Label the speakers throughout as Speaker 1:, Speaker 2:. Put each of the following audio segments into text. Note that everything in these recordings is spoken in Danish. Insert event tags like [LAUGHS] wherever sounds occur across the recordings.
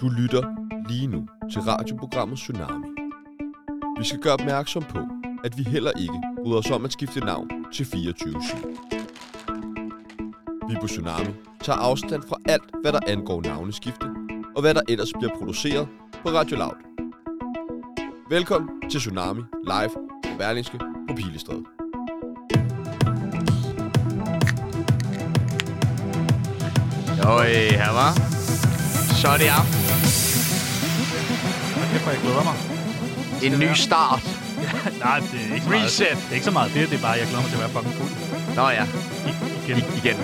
Speaker 1: Du lytter lige nu til radioprogrammet Tsunami. Vi skal gøre opmærksom på, at vi heller ikke bryder os om at skifte navn til 24 Vi på Tsunami tager afstand fra alt, hvad der angår navneskifte, og hvad der ellers bliver produceret på Radio Loud. Velkommen til Tsunami Live på Berlingske på Pilestræde.
Speaker 2: Øj, her var. Så er det aften.
Speaker 3: Kæft, hvor jeg glæder mig.
Speaker 2: En ny start.
Speaker 3: Nej, det er ikke så meget.
Speaker 2: Reset.
Speaker 3: Det er ikke så meget det, det er bare, jeg glæder mig til at være fucking fuld.
Speaker 2: Nå ja,
Speaker 3: Igen.
Speaker 2: I- igen.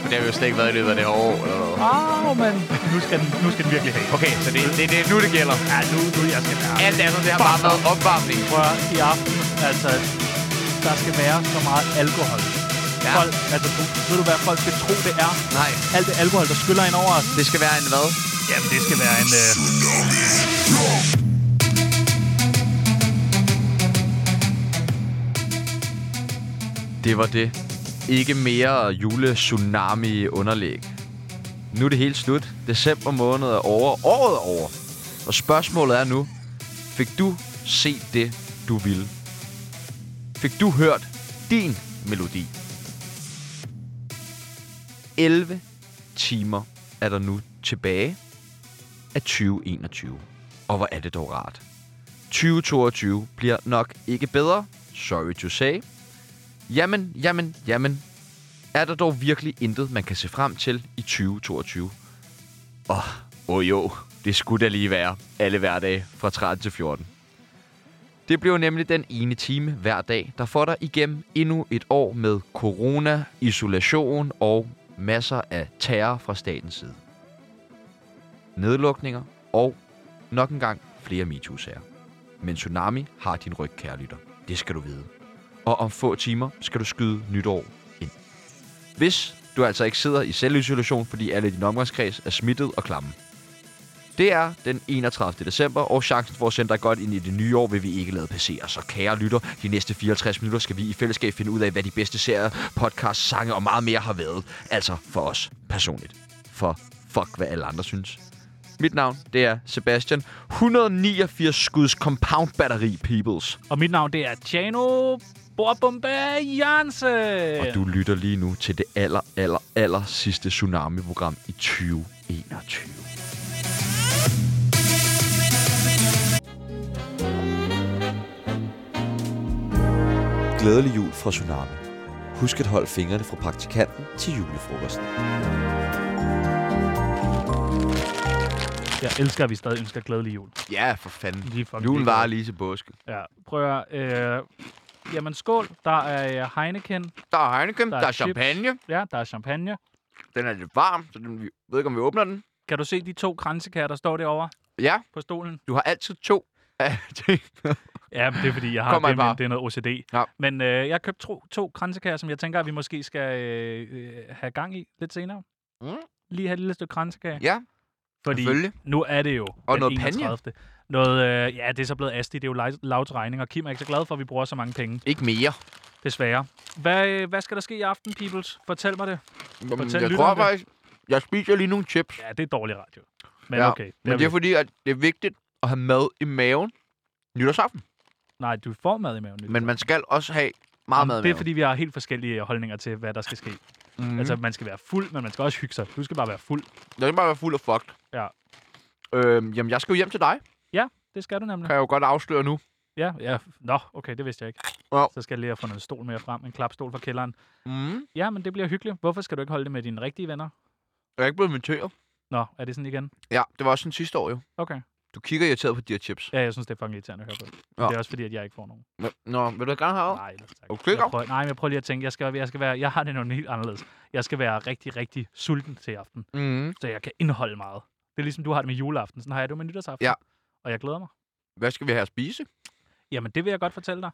Speaker 2: For det har vi jo slet ikke været i løbet af det her år. Eller hvad.
Speaker 3: Au, mand. Nu skal, den, nu skal den virkelig have.
Speaker 2: Okay, så det, det, det er nu, det gælder.
Speaker 3: Ja, nu, nu jeg skal være.
Speaker 2: Alt andet, det har bare været opvarmning.
Speaker 3: Prøv at- i aften, altså, der skal være så meget alkohol.
Speaker 2: Ja.
Speaker 3: Ja. Folk, altså, du- ved du hvad folk skal tro, det er?
Speaker 2: Nej,
Speaker 3: Alt det alkohol, der skyller ind over os.
Speaker 2: det skal være en hvad?
Speaker 3: Jamen, det skal være en... Øh...
Speaker 2: Det var det. Ikke mere jule-tsunami-underlæg. Nu er det helt slut. December måned er over. Året er over. Og spørgsmålet er nu, fik du set det, du ville? Fik du hørt din melodi? 11 timer er der nu tilbage af 2021. Og hvor er det dog rart. 2022 bliver nok ikke bedre, sorry to say. Jamen, jamen, jamen. Er der dog virkelig intet, man kan se frem til i 2022? Åh, oh, oh jo, det skulle da lige være alle hverdage fra 13 til 14. Det blev nemlig den ene time hver dag, der får dig igennem endnu et år med corona, isolation og masser af terror fra statens side. Nedlukninger og nok engang flere MeToo-sager. Men Tsunami har din ryg, kære lytter. Det skal du vide og om få timer skal du skyde nytår ind. Hvis du altså ikke sidder i selvisolation, fordi alle i din omgangskreds er smittet og klamme. Det er den 31. december, og chancen for at sende dig godt ind i det nye år vil vi ikke lade passere. Så kære lytter, de næste 54 minutter skal vi i fællesskab finde ud af, hvad de bedste serier, podcasts, sange og meget mere har været. Altså for os personligt. For fuck, hvad alle andre synes. Mit navn, det er Sebastian. 189 skuds compound batteri, peoples.
Speaker 3: Og mit navn, det er Tjano Borbomba Jansen.
Speaker 2: Og du lytter lige nu til det aller, aller, aller sidste Tsunami-program i 2021. Glædelig jul fra Tsunami. Husk at holde fingrene fra praktikanten til julefrokosten.
Speaker 3: Jeg elsker, at vi stadig ønsker glædelig jul.
Speaker 2: Ja, for fanden.
Speaker 3: Lige fucking
Speaker 2: Julen
Speaker 3: lige.
Speaker 2: var lige til påske.
Speaker 3: Ja, prøv at... Øh... Jamen, skål. Der er øh, Heineken.
Speaker 2: Der er Heineken,
Speaker 3: Der
Speaker 2: der
Speaker 3: er
Speaker 2: er,
Speaker 3: chips.
Speaker 2: champagne.
Speaker 3: Ja, der er champagne.
Speaker 2: Den er lidt varm, så den, vi ved ikke, om vi åbner den.
Speaker 3: Kan du se de to kransekager, der står derovre
Speaker 2: Ja,
Speaker 3: på stolen?
Speaker 2: du har altid to af [LAUGHS] ting.
Speaker 3: Ja, men det er fordi, jeg har
Speaker 2: Kom,
Speaker 3: det,
Speaker 2: Alvar.
Speaker 3: men det er noget OCD.
Speaker 2: Ja.
Speaker 3: Men øh, jeg har købt to, to kransekager, som jeg tænker, at vi måske skal øh, øh, have gang i lidt senere.
Speaker 2: Mm.
Speaker 3: Lige have et lille stykke kransekage.
Speaker 2: Ja,
Speaker 3: fordi
Speaker 2: selvfølgelig.
Speaker 3: nu er det jo
Speaker 2: Og
Speaker 3: den
Speaker 2: noget panje.
Speaker 3: 31.. Noget, øh, ja, det er så blevet Asti, det er jo lej- lavt regning, og Kim er ikke så glad for, at vi bruger så mange penge,
Speaker 2: Ikke mere.
Speaker 3: desværre. Hvad, øh, hvad skal der ske i aften, peoples? Fortæl mig det.
Speaker 2: Jamen,
Speaker 3: Fortæl
Speaker 2: jeg
Speaker 3: lytterne
Speaker 2: tror
Speaker 3: det.
Speaker 2: faktisk, jeg spiser lige nogle chips.
Speaker 3: Ja, det er dårlig radio. Men
Speaker 2: Ja,
Speaker 3: okay.
Speaker 2: Men det er fordi, at det er vigtigt at have mad i maven nytårsaften.
Speaker 3: Nej, du får mad i maven. Nyt.
Speaker 2: Men man skal også have meget mad i
Speaker 3: det er
Speaker 2: maven.
Speaker 3: fordi, vi har helt forskellige holdninger til, hvad der skal ske.
Speaker 2: mm.
Speaker 3: Mm. Altså,
Speaker 2: altså...
Speaker 3: man skal være fuld, men man skal også hygge sig. Du skal bare være fuld.
Speaker 2: Jeg skal bare være fuld af fucked.
Speaker 3: Ja.
Speaker 2: Øhm, jamen, jeg skal jo hjem til dig,
Speaker 3: Det skal du nemlig.
Speaker 2: kan jeg jo godt afsløre nu.
Speaker 3: Ja, ja. Nå, okay, det vidste jeg ikke.
Speaker 2: Wow.
Speaker 3: Så skal jeg lige have fundet en stol mere frem, en klapstol fra kælderen.
Speaker 2: Mm.
Speaker 3: Ja, men det bliver hyggeligt. Hvorfor skal du ikke holde det med dine rigtige venner?
Speaker 2: Jeg er ikke blevet inviteret.
Speaker 3: Nå, er det sådan igen?
Speaker 2: Ja, det var også sådan sidste år jo.
Speaker 3: Okay.
Speaker 2: Du kigger irriteret på de her chips.
Speaker 3: Ja, jeg synes, det er fucking irriterende at høre på. Ja.
Speaker 2: Ja.
Speaker 3: Det er også fordi, at jeg ikke får nogen.
Speaker 2: Nå, Nå vil du gerne have?
Speaker 3: Nej, ellers tak.
Speaker 2: Okay,
Speaker 3: jeg
Speaker 2: godt.
Speaker 3: prøver, nej, men jeg prøver lige at tænke, jeg, skal, jeg, skal være, jeg har det noget helt anderledes. Jeg skal være rigtig, rigtig sulten til i aften,
Speaker 2: Mm.
Speaker 3: så jeg kan indeholde meget. Det er ligesom, du har det med juleaften. Sådan har jeg det med nytårsaften.
Speaker 2: Ja.
Speaker 3: Og jeg glæder mig.
Speaker 2: Hvad skal vi have at spise?
Speaker 3: Jamen, det vil jeg godt fortælle dig.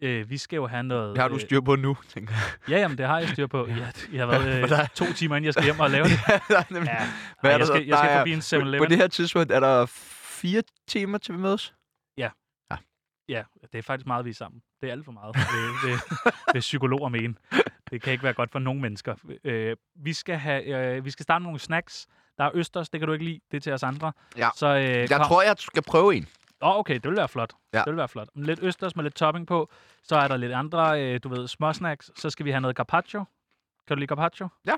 Speaker 3: Øh, vi skal jo have noget...
Speaker 2: Det har du
Speaker 3: øh,
Speaker 2: styr på nu, tænker jeg.
Speaker 3: Ja, jamen, det har jeg styr
Speaker 2: [LAUGHS]
Speaker 3: på. Jeg, jeg har
Speaker 2: For
Speaker 3: været øh,
Speaker 2: dig.
Speaker 3: to timer, inden jeg skal hjem og
Speaker 2: [LAUGHS]
Speaker 3: lave det.
Speaker 2: Der er nemlig-
Speaker 3: Ja.
Speaker 2: Hvad
Speaker 3: Ej,
Speaker 2: er der
Speaker 3: jeg skal,
Speaker 2: så?
Speaker 3: jeg
Speaker 2: Der
Speaker 3: skal
Speaker 2: er-
Speaker 3: forbi en
Speaker 2: På
Speaker 3: 7-Eleven.
Speaker 2: det her tidspunkt er der fire timer til vi mødes.
Speaker 3: Ja, det er faktisk meget, vi er sammen. Det er alt for meget, det, det, det psykologer mene. Det kan ikke være godt for nogen mennesker. Øh, vi, skal have, øh, vi skal starte med nogle snacks. Der er østers, det kan du ikke lide. Det er til os andre.
Speaker 4: Ja.
Speaker 3: Så, øh,
Speaker 4: Jeg tror, jeg skal prøve en.
Speaker 3: Åh, oh, okay, det ville være flot.
Speaker 4: Ja.
Speaker 3: Ja. Det ville være flot. Lidt østers med lidt topping på. Så er der lidt andre, øh, du ved, småsnacks. Så skal vi have noget carpaccio. Kan du lide carpaccio?
Speaker 4: Ja.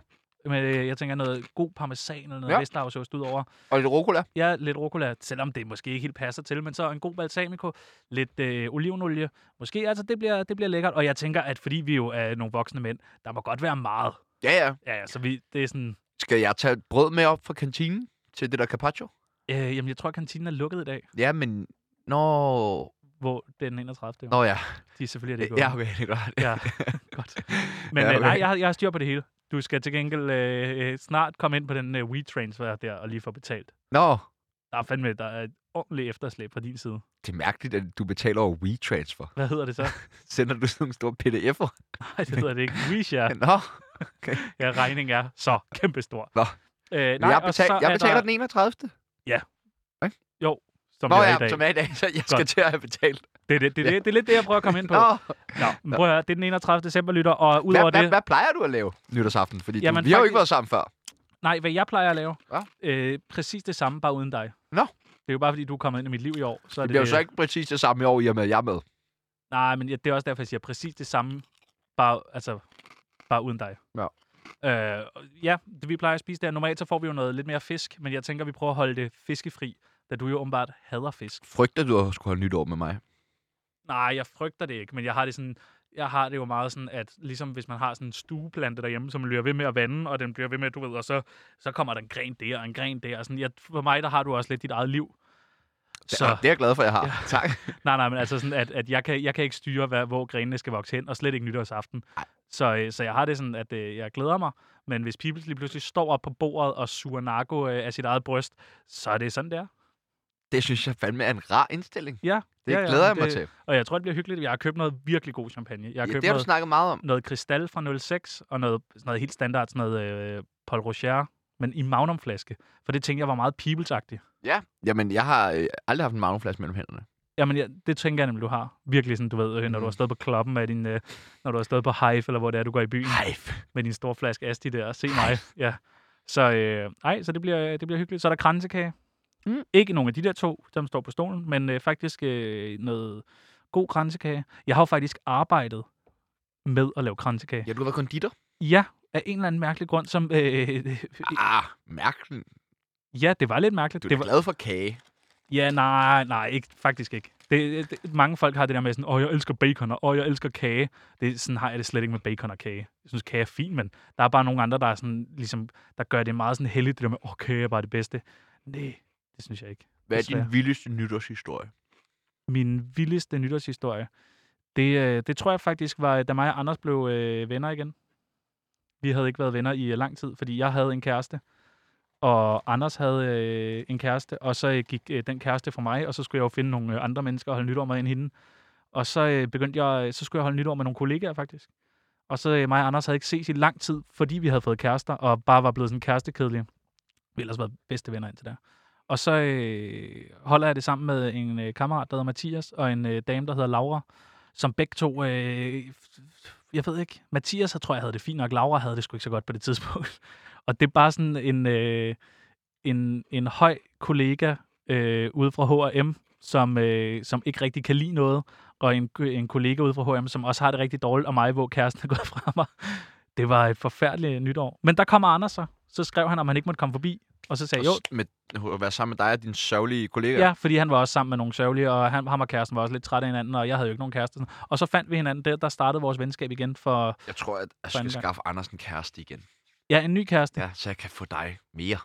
Speaker 3: Med, øh, jeg tænker noget god parmesan eller noget
Speaker 4: Ja.
Speaker 3: ja. vestavsost udover.
Speaker 4: Og lidt rucola.
Speaker 3: Ja, lidt rucola, selvom det måske ikke helt passer til, men så en god balsamico, lidt øh, olivenolie. Måske altså, det bliver, det bliver lækkert. Og jeg tænker, at fordi vi jo er nogle voksne mænd, der må godt være meget.
Speaker 4: Ja, ja.
Speaker 3: Ja, ja, så vi, det er sådan...
Speaker 4: Skal jeg tage et brød med op fra kantinen til det der carpaccio?
Speaker 3: Øh, jamen, jeg tror, at kantinen er lukket i dag,
Speaker 4: Ja, men... Nå...
Speaker 3: hvor det er den 31. jo.
Speaker 4: Nå ja.
Speaker 3: De er selvfølgelig er det ikke
Speaker 4: Ja,
Speaker 3: åbne.
Speaker 4: okay, det er [LAUGHS] godt.
Speaker 3: Ja, godt. Men
Speaker 4: Ja,
Speaker 3: ja, okay. nej,
Speaker 4: okay.
Speaker 3: jeg, har- jeg har styr på det hele. Du skal til gengæld øh, øh, snart komme ind på den øh, WeTransfer der og lige få betalt.
Speaker 4: Nå,
Speaker 3: Der er fandme der er et ordentligt efterslæb fra din side.
Speaker 4: det er mærkeligt, at du betaler over WeTransfer.
Speaker 3: Hvad hedder
Speaker 4: [LAUGHS]
Speaker 3: det så?
Speaker 4: Sender du sådan nogle store PDF'er?
Speaker 3: Nej, det hedder det ikke. WeShare.
Speaker 4: Nå,
Speaker 3: Ja, regningen er så kæmpestor.
Speaker 4: Nå.
Speaker 3: Øh,
Speaker 4: nej, jeg,
Speaker 3: og
Speaker 4: betal-
Speaker 3: så
Speaker 4: jeg
Speaker 3: er
Speaker 4: betaler
Speaker 3: der,
Speaker 4: den 31.
Speaker 3: Jo, som
Speaker 4: Nå
Speaker 3: Nå, jeg er i
Speaker 4: ja,
Speaker 3: dag.
Speaker 4: som er i dag, så jeg skal
Speaker 3: Godt.
Speaker 4: til at have betalt.
Speaker 3: Det, er det, det, er
Speaker 4: Ja.
Speaker 3: det, det er lidt det, jeg prøver at komme ind på.
Speaker 4: Nå,
Speaker 3: Nå, men prøv at høre, det er den 31. december, lytter, og udover
Speaker 4: hvad, hvad,
Speaker 3: det...
Speaker 4: hvad plejer du at lave nytårsaften? Fordi du, vi
Speaker 3: Jamen,
Speaker 4: har jo ikke
Speaker 3: faktisk-
Speaker 4: været sammen før.
Speaker 3: Nej, hvad jeg plejer at lave,
Speaker 4: Hva?
Speaker 3: øh, præcis det samme, bare uden dig.
Speaker 4: Nå.
Speaker 3: Det er jo bare, fordi du er kommet ind i mit liv i år. Så er
Speaker 4: Det
Speaker 3: det,
Speaker 4: bliver jo så ikke præcis det samme i år, i og med, at jeg er med.
Speaker 3: Nej, men ja, det er også derfor, jeg siger præcis det samme, bare, altså, bare uden dig.
Speaker 4: Ja.
Speaker 3: Øh, og ja, det vi plejer at spise der. Normalt så får vi jo noget lidt mere fisk, men jeg tænker, vi prøver at holde det fiskefri, da du jo åbenbart hader fisk.
Speaker 4: Frygter du at skulle holde nytår med mig?
Speaker 3: Nej, jeg frygter det ikke, men jeg har det sådan, jeg har det jo meget sådan, at ligesom hvis man har sådan en stueplante derhjemme, som bliver ved med at vande, og den bliver ved med, du ved, og så, så kommer der en gren der og en gren der. Og sådan, jeg, for mig, der har du også lidt dit eget liv.
Speaker 4: Så. Det er jeg glad for, at jeg har. Ja. Tak.
Speaker 3: Nej, nej, men altså sådan, at, at jeg, kan, jeg kan ikke styre, hvad, hvor grenene skal vokse hen, og slet ikke nytårsaften. Så, øh, så jeg har det sådan, at øh, jeg glæder mig, men hvis Pibels lige pludselig står op på bordet og suger narko øh, af sit eget bryst, så er det sådan, der.
Speaker 4: Det synes jeg fandme er en rar indstilling.
Speaker 3: Ja,
Speaker 4: Det
Speaker 3: ja,
Speaker 4: ja,
Speaker 3: ja,
Speaker 4: glæder jeg
Speaker 3: det,
Speaker 4: mig til.
Speaker 3: Og jeg tror, det bliver hyggeligt. Jeg har købt noget virkelig god champagne. Jeg
Speaker 4: Ja,
Speaker 3: har købt
Speaker 4: det har du
Speaker 3: noget,
Speaker 4: snakket meget om.
Speaker 3: noget kristal fra 06 og noget, sådan noget helt standard, sådan noget øh, Paul Rocher, men i magnumflaske. For det tænkte jeg var meget pibels
Speaker 4: Ja. Jamen, jeg har øh, aldrig haft en magnumflaske mellem hænderne.
Speaker 3: Jamen, ja, det tænker jeg nemlig, du har. Virkelig sådan, du ved, øh, når
Speaker 4: Mhm.
Speaker 3: du har stået på kloppen med din... Øh, når du har stået på Hive, eller hvor det er, du går i byen.
Speaker 4: Nej.
Speaker 3: med din store flaske Asti der. Se mig. Ja. Så øh, ej, så det bliver, det bliver hyggeligt. Så er der kransekage.
Speaker 4: Mm.
Speaker 3: Mm. Ikke nogen af de der to, som står på stolen, men øh, faktisk øh, noget god kransekage. Jeg har jo faktisk arbejdet med at lave kransekage.
Speaker 4: Ja, du har været konditor.
Speaker 3: Ja, af en eller anden mærkelig grund, som... Øh, [LAUGHS]
Speaker 4: Ah, mærkeligt.
Speaker 3: ja, det var lidt mærkeligt.
Speaker 4: Du er
Speaker 3: det
Speaker 4: da
Speaker 3: var,
Speaker 4: glad for kage.
Speaker 3: Ja, nej, nej, ikke, faktisk ikke. Det, det, mange folk har det der med sådan, åh, jeg elsker bacon, og åh, jeg elsker kage. Det, sådan har jeg det slet ikke med bacon og kage. Jeg synes, kage er fint, men der er bare nogle andre, der, er sådan, ligesom, der gør det meget sådan heldigt, det der med, åh, kage er bare det bedste. Nej, det synes jeg ikke.
Speaker 4: Hvad er
Speaker 3: Desværre.
Speaker 4: din vildeste nytårshistorie?
Speaker 3: Min vildeste nytårshistorie, det, øh, det tror jeg faktisk var, da mig og Anders blev øh, venner igen. Vi havde ikke været venner i øh, lang tid, fordi jeg havde en kæreste, og Anders havde øh, en kæreste, og så øh, gik øh, den kæreste fra mig, og så skulle jeg jo finde nogle øh, andre mennesker og holde nytår med end hende. Og så øh, begyndte jeg, så skulle jeg holde nytår med nogle kollegaer faktisk. Og så øh, mig og Anders havde ikke ses i lang tid, fordi vi havde fået kærester, og bare var blevet sådan kærestekedelige. Vi har ellers været bedste venner indtil der. Og så øh, holder jeg det sammen med en øh, kammerat, der hedder Mathias, og en øh, dame, der hedder Laura, som begge to, øh, jeg ved ikke, Mathias, jeg tror, jeg havde det fint nok, Laura havde det sgu ikke så godt på det tidspunkt. [LAUGHS] Og det er bare sådan en, øh, en, en høj kollega øh, ude fra H&M, som, øh, som ikke rigtig kan lide noget, og en, en kollega ude fra H&M, som også har det rigtig dårligt, og mig, hvor kæresten er [LAUGHS] gået fra mig. Det var et forfærdeligt nytår. Men der kommer Anders så. Så skrev han, om han ikke måtte komme forbi. Og så sagde jeg, jo,
Speaker 4: Med, at være sammen med dig og din sørgelige kollega.
Speaker 3: Ja, fordi han var også sammen med nogle sørgelige, og han, ham og kæresten var også lidt trætte af hinanden, og jeg havde jo ikke nogen kæreste. sådan. Og så fandt vi hinanden der, der startede vores venskab igen for,
Speaker 4: Jeg tror, at jeg
Speaker 3: For
Speaker 4: skal
Speaker 3: anden gang.
Speaker 4: skaffe Anders en kæreste igen.
Speaker 3: ja, en ny kæreste.
Speaker 4: Ja, så jeg kan få dig mere.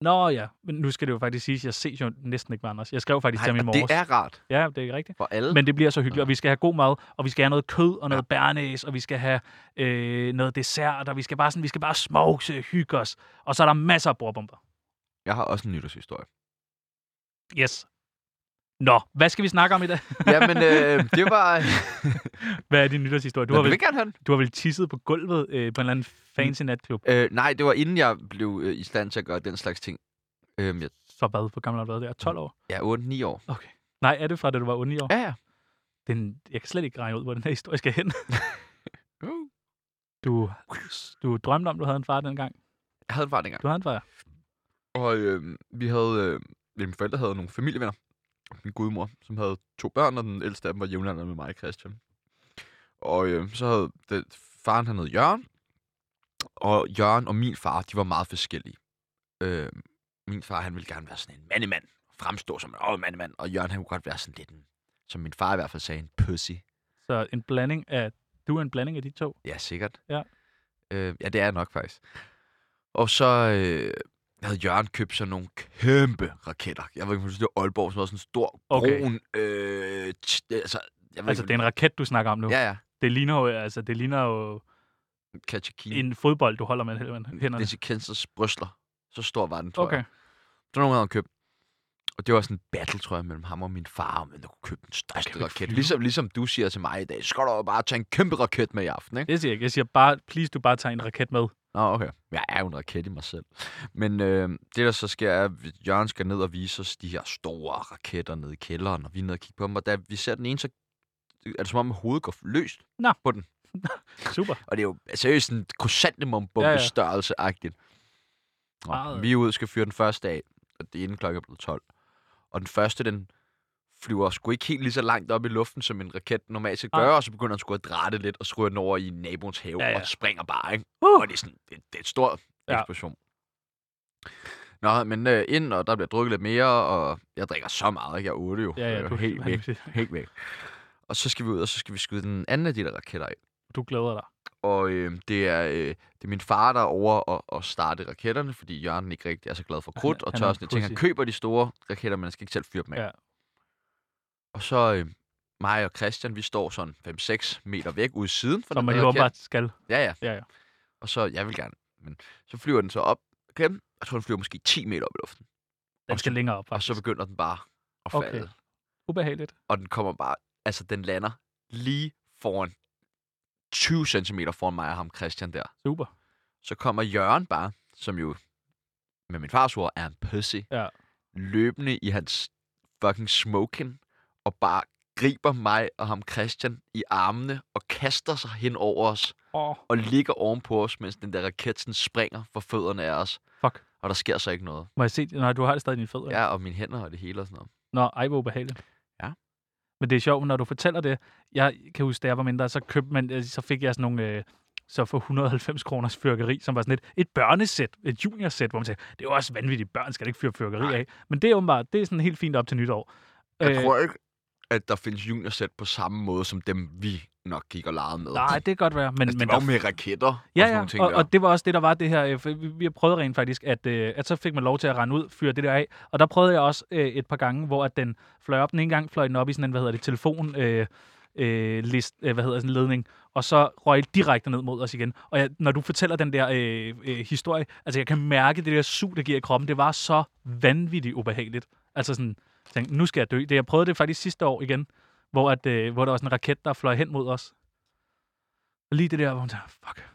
Speaker 3: Nå ja, men nu skal det jo faktisk siges, jeg ses jo næsten ikke med Anders. Jeg skrev faktisk til ham i
Speaker 4: og det
Speaker 3: morges.
Speaker 4: er rart
Speaker 3: Ja, det er rigtigt.
Speaker 4: for alle.
Speaker 3: Men det bliver så hyggeligt,
Speaker 4: Ja.
Speaker 3: og vi skal have god mad, og vi skal have noget kød og noget
Speaker 4: Ja.
Speaker 3: ja. bærnæs, og vi skal have øh, noget dessert, og vi skal bare sådan, vi skal bare smoke, hygge os. Og så er der masser af bordbomber.
Speaker 4: Jeg har også en nytårshistorie.
Speaker 3: Yes. Nå, hvad skal vi snakke om i dag?
Speaker 4: Jamen, øh, det var...
Speaker 3: [LAUGHS] Hvad er din nytårshistorie? Du,
Speaker 4: Nå,
Speaker 3: har vel,
Speaker 4: vil gerne have den.
Speaker 3: du har vel tisset på gulvet øh, på en eller anden fancy natklub?
Speaker 4: Øh, nej, det var inden jeg blev øh, i stand til at gøre den slags ting. Øhm, jeg,
Speaker 3: Så hvad, hvor gammel har du været der? 12 år?
Speaker 4: jeg er 8-9 år.
Speaker 3: Okay. Nej, er det fra, da du var 9 år?
Speaker 4: Ja, ja.
Speaker 3: Den, jeg kan slet ikke regne ud, hvor den her historie skal hen. [LAUGHS]
Speaker 4: Uh.
Speaker 3: Du, du drømte om, du havde en far dengang.
Speaker 4: Jeg havde en far dengang.
Speaker 3: Du havde en far.
Speaker 4: Åh, Og øh, vi havde, øh, mine forældre havde nogle familievenner. Min gudmor, som havde to børn, og den ældste af dem var jævnaldrende med mig og Christian. Og øh, så havde den, faren, han hed Jørgen. Og Jørgen og min far, de var meget forskellige. Øh, min far, han ville gerne være sådan en mandemand. Fremstå som en oh, mandemand. Og Jørgen, han kunne godt være sådan lidt en, som min far i hvert fald sagde, en pussy.
Speaker 3: Så en blanding af, du er en blanding af de to.
Speaker 4: Ja, sikkert.
Speaker 3: Ja.
Speaker 4: Øh, ja, det er jeg nok faktisk. Og så øh, havde Jørgen købt sådan nogle kæmpe raketter. Jeg ved ikke, om du synes, det var Aalborg, som var sådan en stor,
Speaker 3: Okay.
Speaker 4: brun... Øh, t- altså, jeg ved
Speaker 3: Altså, det
Speaker 4: ikke,
Speaker 3: er en raket, du snakker om nu.
Speaker 4: om-
Speaker 3: Ja.
Speaker 4: Ja, ja.
Speaker 3: Det ligner jo, altså, det ligner jo
Speaker 4: Kachikine.
Speaker 3: en fodbold, du holder med hænderne.
Speaker 4: Det er Kansas brystler. Så stor var den, tror
Speaker 3: Okay.
Speaker 4: jeg. Så nogen havde han købt. Og det var sådan en battle, tror jeg, mellem ham og min far, om jeg kunne købe den største
Speaker 3: vi
Speaker 4: raket.
Speaker 3: flyve?
Speaker 4: Ligesom, ligesom du siger til mig i dag, så skal du jo bare tage en kæmpe raket med i aften, ikke?
Speaker 3: Det siger jeg ikke. Jeg siger bare, please, du bare tager en raket med.
Speaker 4: Nå, okay. Jeg er jo en raket i mig selv. Men øh, det, der så sker, er, at Jørgen skal ned og vise os de her store raketter nede i kælderen, og vi er nede og kigge på dem, og da vi ser den ene, så øh, er det som om, at hovedet går løst.
Speaker 3: [LAUGHS] Super.
Speaker 4: Og det er jo seriøst sådan krysantemum-bombe
Speaker 3: Ja,
Speaker 4: ja,
Speaker 3: ja.
Speaker 4: ja. størrelse-agtigt. Nå,
Speaker 3: Meget.
Speaker 4: Vi er ude og skal fyre den første af, og det er inden klokken er blevet 12. Og den første, den flyver sgu ikke helt lige så langt op i luften, som en raket normalt skal
Speaker 3: Nej.
Speaker 4: gøre, og så begynder den sgu at drætte lidt, og så ryger den over i naboens have,
Speaker 3: Ja,
Speaker 4: ja,
Speaker 3: ja.
Speaker 4: ja. og springer bare, ikke?
Speaker 3: Uh!
Speaker 4: Og det er sådan, det, det er et stort
Speaker 3: Ja.
Speaker 4: eksplosion. Nå, men øh, ind, og der bliver drukket lidt mere, og jeg drikker så meget, ikke? Jeg er 8 jo.
Speaker 3: Ja,
Speaker 4: så
Speaker 3: ja,
Speaker 4: jeg er
Speaker 3: du,
Speaker 4: helt væk, helt væk. Og så skal vi ud, og så skal vi skyde den anden af de der raketter af.
Speaker 3: du glæder dig.
Speaker 4: Og øh, det, er, øh, det er min far, der er over og, og starte raketterne, fordi Jørgen ikke rigtig er så glad for
Speaker 3: Han-
Speaker 4: krudt og
Speaker 3: han er en
Speaker 4: tørsten. Jeg tænker, han
Speaker 3: pussy.
Speaker 4: køber de store raketter, men han skal ikke selv fyre dem af.
Speaker 3: Ja.
Speaker 4: Og så øh, mig og Christian, vi står sådan 5-6 meter væk ude i siden. For
Speaker 3: Som man
Speaker 4: der
Speaker 3: jo åbenbart skal.
Speaker 4: Ja, ja.
Speaker 3: Ja, ja.
Speaker 4: Og så, jeg vil gerne. Men så flyver den så op igen. Jeg tror, den flyver måske 10 meter op i luften.
Speaker 3: Den
Speaker 4: Og
Speaker 3: skal
Speaker 4: så-
Speaker 3: længere op,
Speaker 4: Og
Speaker 3: faktisk.
Speaker 4: så begynder den bare at
Speaker 3: Okay.
Speaker 4: falde. Okay.
Speaker 3: Ubehageligt.
Speaker 4: Og den kommer bare, altså den lander lige foran 20 cm foran mig og ham Christian der.
Speaker 3: Super.
Speaker 4: Så kommer Jørgen bare, som jo med min fars ord er en pussy,
Speaker 3: Ja.
Speaker 4: løbende i hans fucking smoking, og bare griber mig og ham Christian i armene og kaster sig hen over os
Speaker 3: Åh,
Speaker 4: og ligger ovenpå os, mens den der raket sådan springer for fødderne af os.
Speaker 3: Fuck.
Speaker 4: Og der sker så ikke noget.
Speaker 3: må jeg se? Nej, du har det stadig i dine fødder.
Speaker 4: Ja, og mine hænder og det hele og sådan noget.
Speaker 3: Nå, ej, hvor ubehageligt.
Speaker 4: Ja.
Speaker 3: Men det er sjovt, når du fortæller det. Jeg kan huske, da jeg var mindre, så, købte man, øh, så fik jeg sådan nogle... Øh, så for 190 kroners fyrkeri, som var sådan et, et børnesæt, et juniorsæt, hvor man siger, det er jo også vanvittigt, børn skal da ikke fyre fyrkeri
Speaker 4: Nej.
Speaker 3: af. Men det er åbenbart, det er sådan helt fint op til nytår.
Speaker 4: Jeg øh... tror ikke, at der findes juniorsæt på samme måde, som dem vi nok gik og legede med.
Speaker 3: nej, det kan godt være. Men,
Speaker 4: altså,
Speaker 3: men
Speaker 4: det var jo med raketter og sådan
Speaker 3: Ja,
Speaker 4: nogle ting
Speaker 3: ja, og,
Speaker 4: der.
Speaker 3: og det var også det, der var det her. øh, For vi, vi har prøvet rent faktisk, at, øh, at så fik man lov til at rende ud, fyre det der af. Og der prøvede jeg også øh, et par gange, hvor at den fløj op. Den ene gang fløj den op i sådan en, hvad hedder det, telefon... Øh, øh, list, øh, hvad hedder sådan en ledning, og så røg den direkte ned mod os igen. Og jeg, når du fortæller den der øh, øh, historie, altså jeg kan mærke det der sug, det giver i kroppen, det var så vanvittigt ubehageligt. Altså sådan, jeg tænkte, nu skal jeg dø. Det, jeg prøvede det faktisk sidste år igen, hvor, at, øh, hvor der var sådan en raket, der fløj hen mod os. Og lige det der, hvor man tænker, fuck,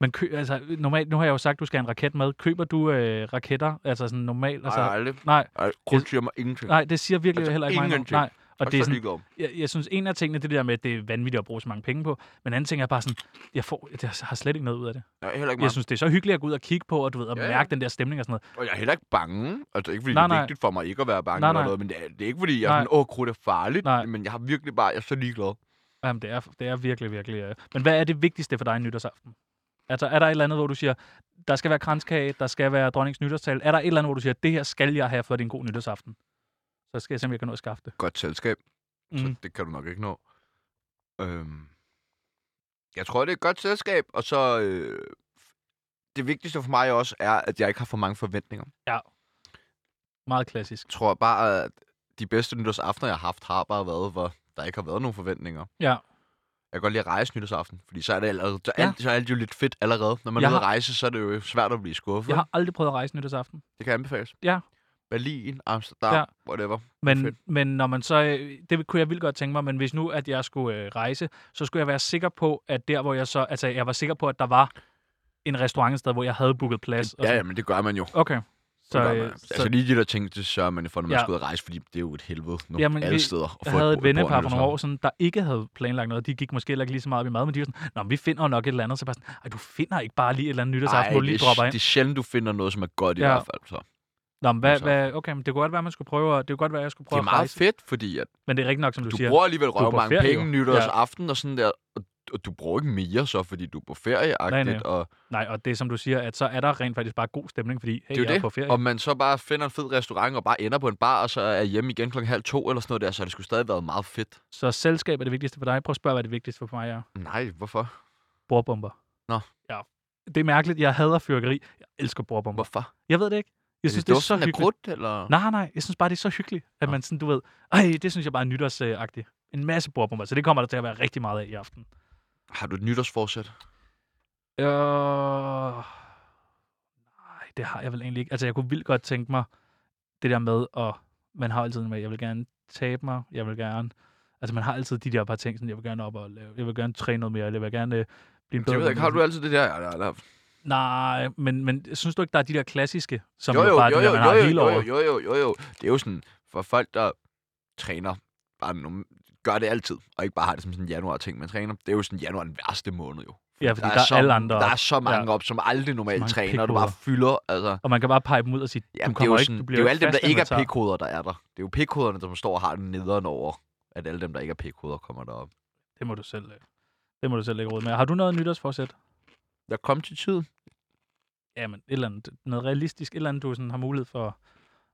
Speaker 3: men kø, altså, normalt, nu har jeg jo sagt, du skal have en raket med. Køber du øh, raketter? Altså sådan normalt? Altså,
Speaker 4: Nej, aldrig.
Speaker 3: nej,
Speaker 4: Ej, Krudt siger mig ingenting.
Speaker 3: nej, det siger virkelig
Speaker 4: Altså,
Speaker 3: altså, heller ikke mig noget.
Speaker 4: ingenting.
Speaker 3: Nej. Og det er sådan,
Speaker 4: sådan...
Speaker 3: jeg, jeg, synes, en af tingene, det der med, at det er vanvittigt at bruge så mange penge på. Men anden ting er bare sådan, jeg, får, jeg har slet ikke noget ud af det.
Speaker 4: Nej, heller ikke
Speaker 3: Jeg
Speaker 4: mig.
Speaker 3: synes, det er så hyggeligt at gå ud og kigge på, og du ved, at
Speaker 4: Ja, ja.
Speaker 3: mærke den der stemning og sådan noget.
Speaker 4: Og jeg er heller ikke bange. Altså ikke fordi nej,
Speaker 3: Nej,
Speaker 4: det er
Speaker 3: nej.
Speaker 4: vigtigt for mig ikke at være bange
Speaker 3: Nej,
Speaker 4: nej, eller
Speaker 3: nej.
Speaker 4: noget, men det er, det er ikke fordi, jeg
Speaker 3: Nej.
Speaker 4: er sådan, åh, krudt er farligt,
Speaker 3: Nej.
Speaker 4: nej. men jeg har virkelig bare, jeg er så ligeglad.
Speaker 3: Jamen, det er, det er virkelig, virkelig... Øh. Men hvad er det vigtigste for dig i nytårsaften? Altså, er der et eller andet, hvor du siger, der skal være kranskage, der skal være dronningens nytårstal? Er der et eller andet, hvor du siger, det her skal jeg have, for at det er en god nytårsaften? Så skal jeg simpelthen kan nå at skaffe det.
Speaker 4: Godt selskab, mm. så
Speaker 3: Mm.
Speaker 4: det kan du nok ikke nå. Øhm, jeg tror, det er et godt selskab, og så... Øh, det vigtigste for mig også er, at jeg ikke har for mange forventninger.
Speaker 3: Meget klassisk.
Speaker 4: Jeg tror bare, at de bedste nytårsaftener, jeg har haft, har bare været, hvor der ikke har været nogen forventninger.
Speaker 3: Ja.
Speaker 4: Jeg kan godt lide at rejse nytårsaften, fordi så er det, allerede, så
Speaker 3: Ja.
Speaker 4: er, alt, så er alt jo lidt fedt allerede. Når man
Speaker 3: Jeg
Speaker 4: er ude at
Speaker 3: har-
Speaker 4: rejse, så er det jo svært at blive skuffet.
Speaker 3: Jeg har aldrig prøvet at rejse nytårsaften.
Speaker 4: Det kan anbefales.
Speaker 3: Ja.
Speaker 4: Berlin, Amsterdam,
Speaker 3: Ja.
Speaker 4: ja. whatever.
Speaker 3: Men,
Speaker 4: Fedt.
Speaker 3: men når man så, øh, det kunne jeg vildt godt tænke mig, men hvis nu, at jeg skulle øh, rejse, så skulle jeg være sikker på, at der, hvor jeg så, altså jeg var sikker på, at der var en restaurant et sted, hvor jeg havde booket plads. og
Speaker 4: Ja,
Speaker 3: sådan.
Speaker 4: ja, men det gør man jo.
Speaker 3: Okay. Altså, Så,
Speaker 4: Så, det gør man.
Speaker 3: øh,
Speaker 4: altså
Speaker 3: så
Speaker 4: lige de der ting, det sørger man jo for, når man
Speaker 3: Ja.
Speaker 4: skal ud at rejse, fordi det er jo et helvede nu
Speaker 3: Jamen,
Speaker 4: Jamen,
Speaker 3: vi-
Speaker 4: alle steder. at
Speaker 3: jeg
Speaker 4: få
Speaker 3: havde
Speaker 4: bo-
Speaker 3: et
Speaker 4: bord
Speaker 3: vennepar for nogle
Speaker 4: nytårsaften.
Speaker 3: år siden, der ikke havde planlagt noget. De gik måske heller ikke lige så meget op i mad, men de var sådan, Nå, men vi finder jo nok et eller andet. Så bare sådan, Ej, du finder ikke bare lige et eller andet nytårsaften, hvor du
Speaker 4: Ej,
Speaker 3: lige
Speaker 4: det,
Speaker 3: dropper
Speaker 4: er,
Speaker 3: ind.
Speaker 4: det er sjældent, du finder noget, som er godt i
Speaker 3: Ja.
Speaker 4: hvert fald. Så.
Speaker 3: Nå, men hvad,
Speaker 4: Nytårsaften.
Speaker 3: hvad, okay, men det kunne godt være, man skulle prøve, at, det kunne godt være, jeg skulle
Speaker 4: altså. Det
Speaker 3: prøve
Speaker 4: er
Speaker 3: at
Speaker 4: meget
Speaker 3: rejse.
Speaker 4: fedt, fordi at
Speaker 3: Men det er rigtigt nok, som du,
Speaker 4: du
Speaker 3: siger.
Speaker 4: bruger alligevel
Speaker 3: er
Speaker 4: røve
Speaker 3: på
Speaker 4: mange
Speaker 3: ferie,
Speaker 4: penge
Speaker 3: jo.
Speaker 4: nytårsaften og sådan der, og, og du bruger ikke mere så, fordi du er på ferieagtigt,
Speaker 3: Nej, nej.
Speaker 4: og
Speaker 3: Nej, og det er som du siger, at så er der rent faktisk bare god stemning, fordi hey,
Speaker 4: Det er jo
Speaker 3: jeg er
Speaker 4: det.
Speaker 3: på ferie.
Speaker 4: om man så bare finder en fed restaurant og bare ender på en bar, og så er hjemme igen klokken halv to eller sådan noget der, så har det skulle stadig været meget fedt.
Speaker 3: Så selskab er det vigtigste for dig. Prøv at spørge, hvad det vigtigste for mig er.
Speaker 4: Nej, hvorfor?
Speaker 3: Bordbomber.
Speaker 4: Nå.
Speaker 3: Ja. Det er mærkeligt. Jeg hader fyrkeri. Jeg elsker bordbomber.
Speaker 4: Hvorfor?
Speaker 3: Jeg ved det ikke. Jeg synes, det, er så
Speaker 4: duften af
Speaker 3: hyggeligt.
Speaker 4: krudt, eller?
Speaker 3: Nej, nej. Jeg synes bare, det er så hyggeligt, at
Speaker 4: Nå.
Speaker 3: man sådan, du ved, ej, det synes jeg bare er nytårsagtigt. En masse bordbomber, så det kommer der til at være rigtig meget af i aften.
Speaker 4: Har du et nytårsforsæt?
Speaker 3: Øh... Nej, det har jeg vel egentlig ikke. Altså, jeg kunne vildt godt tænke mig det der med, at man har altid med, jeg vil gerne tabe mig, jeg vil gerne... Altså, man har altid de der par ting, sådan, jeg vil gerne op og lave, jeg vil gerne træne noget mere, eller jeg vil gerne øh, blive en bedre...
Speaker 4: Det ved jeg ikke. Har
Speaker 3: menneske.
Speaker 4: du altid det der? Ja, ja, ja.
Speaker 3: Nej, men, men synes du ikke, der er de der klassiske, som
Speaker 4: Jo, jo,
Speaker 3: bare er
Speaker 4: jo,
Speaker 3: det
Speaker 4: jo,
Speaker 3: der, man har
Speaker 4: jo,
Speaker 3: hele
Speaker 4: jo, jo,
Speaker 3: året?
Speaker 4: jo, jo, jo, jo. Det er jo sådan, for folk, der træner, bare nogle, gør det altid, og ikke bare har det som sådan en januar-ting, man træner. Det er jo sådan januar den værste måned, jo.
Speaker 3: Ja, fordi der, der er,
Speaker 4: så,
Speaker 3: alle andre.
Speaker 4: Der er så mange ja. op, som aldrig normalt
Speaker 3: mange
Speaker 4: træner, og du bare
Speaker 3: pikhoveder.
Speaker 4: fylder. Altså,
Speaker 3: Og man kan bare pege dem ud og sige,
Speaker 4: jamen,
Speaker 3: du
Speaker 4: det er jo,
Speaker 3: kommer ikke,
Speaker 4: sådan,
Speaker 3: du
Speaker 4: det
Speaker 3: bliver
Speaker 4: er jo
Speaker 3: ikke
Speaker 4: alle dem, der
Speaker 3: fast
Speaker 4: ikke er
Speaker 3: inventar.
Speaker 4: pikhoveder, der er der. Det er jo pikhoderne, der står og har den nederen over, at alle dem, der ikke er pikhoveder, kommer derop.
Speaker 3: det må du selv, øh, det må du selv lægge råd med. Har du noget nytårsforsæt?
Speaker 4: Jeg kom til tiden.
Speaker 3: Jamen, et eller andet, noget realistisk, et eller andet, du sådan har mulighed for.